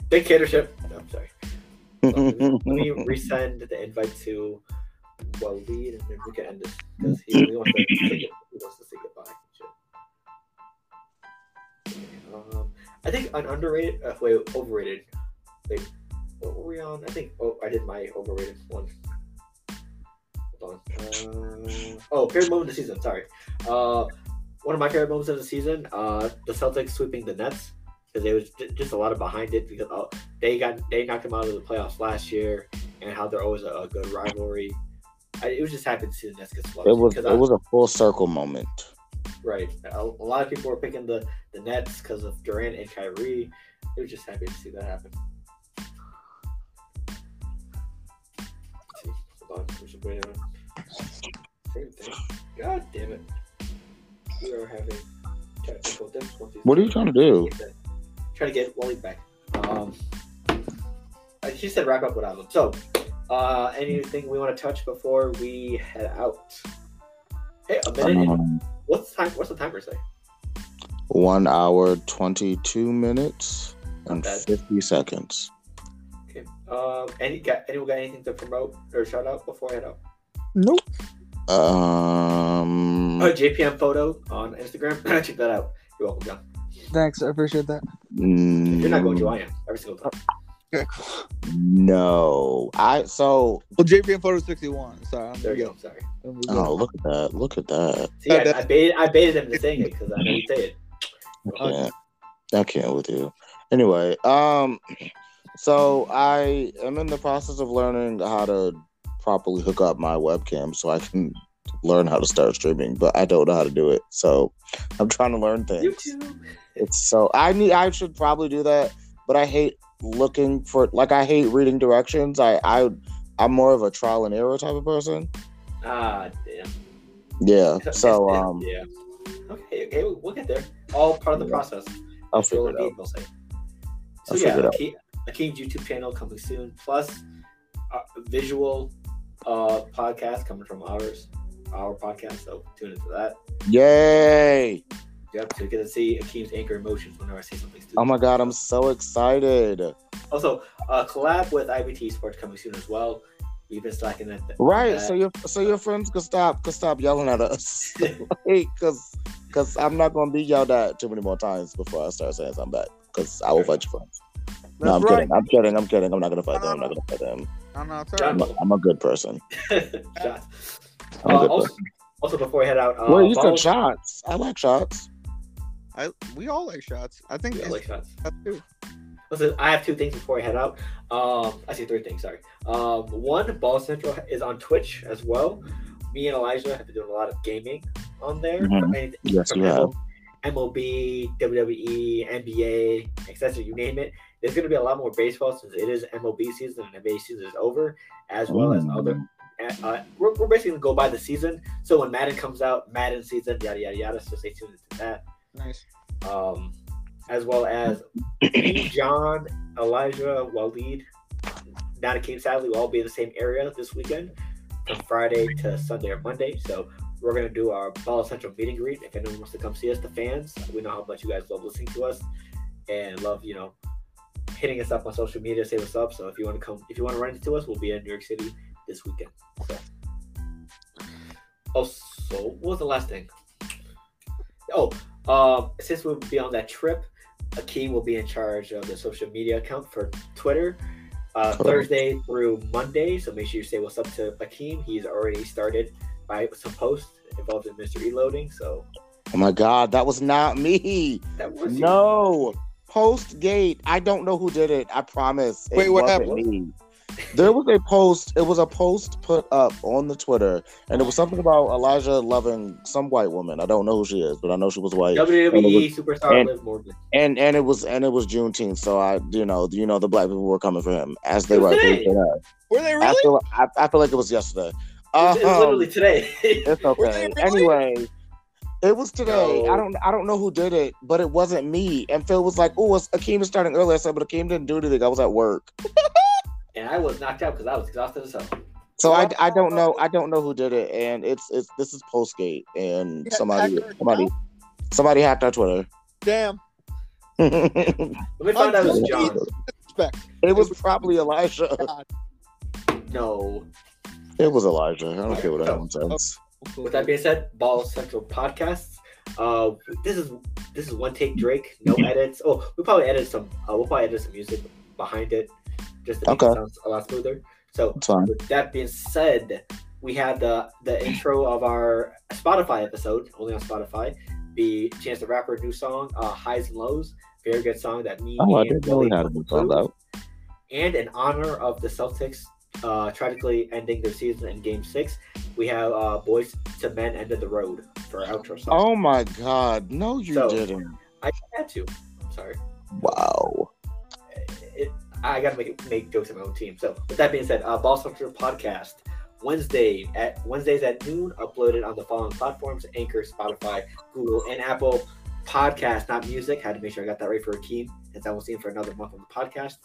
A: dictatorship. No, I'm sorry. Let me resend the invite to Waleed, and then we can end this because he really wants to say, he wants to say goodbye. and shit. Um, I think an underrated, uh, wait, overrated. Wait, what were we on? I think. Oh, I did my overrated one. Hold on. Uh, oh, favorite moment of the season. Sorry. Uh, one of my favorite moments of the season. Uh, the Celtics sweeping the Nets because there was ju- just a lot of behind it because uh, they got they knocked them out of the playoffs last year and how they're always a, a good rivalry. I, it was just happy to see the Nets get swept.
C: It was
A: 'cause
C: it
A: I-
C: was a full circle moment.
A: Right. A, a lot of people were picking the, the Nets because of Durant and Kyrie. They were just happy to see that happen. Let's see. Hold on. There's a way on. Same thing. God damn it. We are having technical difficulties.
C: What are you trying to do?
A: Trying to get Wally back. Um, uh, she said wrap up what album. So, uh, anything we want to touch before we head out? Hey, a minute. and-
C: Um,
A: What's the time? What's the timer say?
C: one hour, 22 minutes, and
A: bad.
C: 50 seconds.
A: Okay. Um. Any got anyone got anything to promote or shout out before I head out?
F: Nope.
C: Um,
A: Oh, JPM photo on Instagram. [laughs] Check that out. You're welcome, John.
F: Thanks, I appreciate that.
C: mm,
A: You're not going to. I am every single time.
C: No. I, so,
F: Well, JPM Photo 61. Sorry. I'm
A: There you go. Sorry.
C: oh, look at that. Look at that.
A: See, I, I baited. I baited him to saying it because I know you
C: [laughs]
A: say it.
C: I can't. I can't with you. Anyway, um, so I am in the process of learning how to properly hook up my webcam so I can learn how to start streaming, but I don't know how to do it. So I'm trying to learn things.
A: YouTube.
C: It's so I need I should probably do that, but I hate looking for like I hate reading directions. I I I'm more of a trial and error type of person.
A: Ah, damn.
C: Yeah.
A: It's-
C: So
A: it's-
C: um
A: [laughs] Yeah. Okay. Okay. We'll we'll get there. All part of the
C: Yeah.
A: process.
C: I'll
A: That's what
C: figure it
A: we'll
C: out.
A: need, we'll say. So
C: I'll
A: yeah,
C: figure it out.
A: Akeem, Akeem's YouTube channel coming soon. Plus, uh, visual uh, podcast coming from ours, our podcast. So tune into that.
C: Yay.
A: Yep, so you get to see Akeem's anger emotions whenever I say something stupid.
C: Oh my god, I'm so excited.
A: Also, uh, collab with IBT Sports coming soon as well. We've been slacking at that.
C: Right.
A: that.
C: So your so your friends could stop could stop yelling at us. [laughs] like, cause cause I'm not gonna be yelled at too many more times before I start saying something back. Cause I will fight your friends. no, I'm
F: That's right.
C: kidding. I'm kidding. I'm kidding. I'm not gonna fight them. I'm not gonna fight them.
F: I'm not
A: Yeah.
F: sorry.
C: I'm a, I'm a good person.
A: [laughs] shots.
C: I'm a
A: Uh,
C: good
A: also,
C: person.
A: also, before we head out, uh,
C: Well, you said
A: Bones-
C: shots. I like shots.
F: I, we all like shots. I think
A: Yeah, I
F: it's
A: like shots.
F: us too.
A: Listen, I have two things before I head out. Um, I see three things. Sorry. Um, one, Ball Central is on Twitch as well. Me and Elijah have been doing a lot of gaming on there.
C: Mhm.
A: And
C: Yes,
A: from
C: you have.
A: MLB, WWE, NBA, etc. You name it. There's going to be a lot more baseball since it is MLB season and NBA season is over, as well as
C: Mm.
A: other. Uh, we're, we're basically going to go by the season. So when Madden comes out, Madden season, yada yada yada. So stay tuned to that.
F: Nice.
A: Um, as well as me, John, Elijah, Waleed, not a King. Sadly, we'll all be in the same area this weekend from Friday to Sunday or Monday. So we're gonna do our Ball Central meet and greet. If anyone wants to come see us, the fans, we know how much you guys love listening to us and love, you know, hitting us up on social media, say what's up. So if you want to come, if you want to run into us, we'll be in New York City this weekend. So. Also, what was the last thing? Oh, um, since we'll be on that trip, Akeem will be in charge of the social media account for Twitter. Uh,
C: Correct.
A: Thursday through Monday, so make sure you say what's up to Akeem. He's already started by some posts involved in mystery loading. So
C: Oh my god, that was not me.
A: that was you.
C: No, Postgate. I don't know who did it. I promise. It
F: Wait, what
C: wasn't
F: happened?
C: me. There was a post. It was a post put up on the Twitter, and it was something about Elijah loving some white woman. I don't know who she is, but I know she was white.
A: WWE E superstar
C: and-
A: Liv Morgan.
C: And and it was and it was Juneteenth, so I you know you know the black people were coming for him as they
A: It was
C: were.
A: today.
F: Were they
C: I
F: really?
C: feel I, I feel like it was yesterday.
A: It's, it's
C: Um,
A: literally today. [laughs]
C: it's okay.
F: really?
C: Anyway, it was today.
A: No.
C: I don't I don't know who did it, but it wasn't me. And Phil was like, "Oh, it's Akeem is starting early." I said, "But Akeem didn't do anything. I was at work."
A: and I was knocked out because I was exhausted as hell.
C: So I, I don't know I don't know who did it, and it's it's this is Postgate, and
F: Yeah,
C: somebody
F: hacker.
C: somebody somebody hacked our Twitter. [laughs]
F: Damn.
C: it
A: Let me find out it was John.
F: Unbelievable. Respect.
C: was probably Elijah.
F: God.
A: No.
C: It was Elijah. I don't care what anyone says.
A: With that being said, Ball Central Podcasts. Uh, this is this is one take Drake, no edits. Oh, we probably edit some. Uh, we'll probably edit some music behind it, just to make it
C: Okay.
A: sound a lot smoother. So
C: It's fine.
A: With that being said, we had the the intro of our Spotify episode, only on Spotify. The Chance the Rapper new song, uh, Highs and Lows, very good song that me
C: Oh, I
A: and
C: didn't know we
A: Willie
C: had a new song
A: composed.
C: out.
A: And in honor of the Celtics uh, tragically ending their season in Game Six, we have uh, Boys to Men End of the Road for our outro song.
C: Oh my God! No, you
A: So-
C: didn't.
A: I had to. I'm sorry.
C: Wow.
A: it, I gotta make make jokes at my own team. So with that being said, uh, Ball Structure Podcast Wednesday at Wednesdays at noon, uploaded on the following platforms: Anchor, Spotify, Google, and Apple. Podcast, not music. Had to make sure I got that right for Akeem, since I won't see him for another month on the podcast.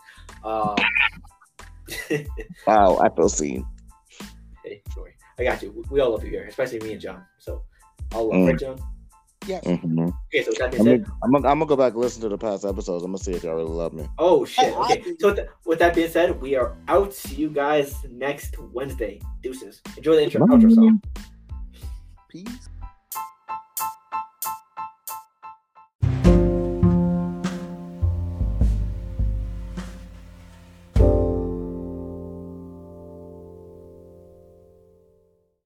A: Um,
C: Wow. I feel seen.
A: hey, sorry. I got you. We, we all love you here, especially me and John. So, all love,
C: Mm.
A: right, John?
C: Mhm.
A: Okay, so with that being
C: I'm
A: said,
C: gonna, I'm, gonna, I'm gonna go back and listen to the past episodes. I'm gonna see if y'all really love me.
A: Oh shit!
F: Oh, I
A: Okay.
F: did.
A: So with, th- with that being said, we are out. See you guys next Wednesday. Deuces. Enjoy the intro outro song.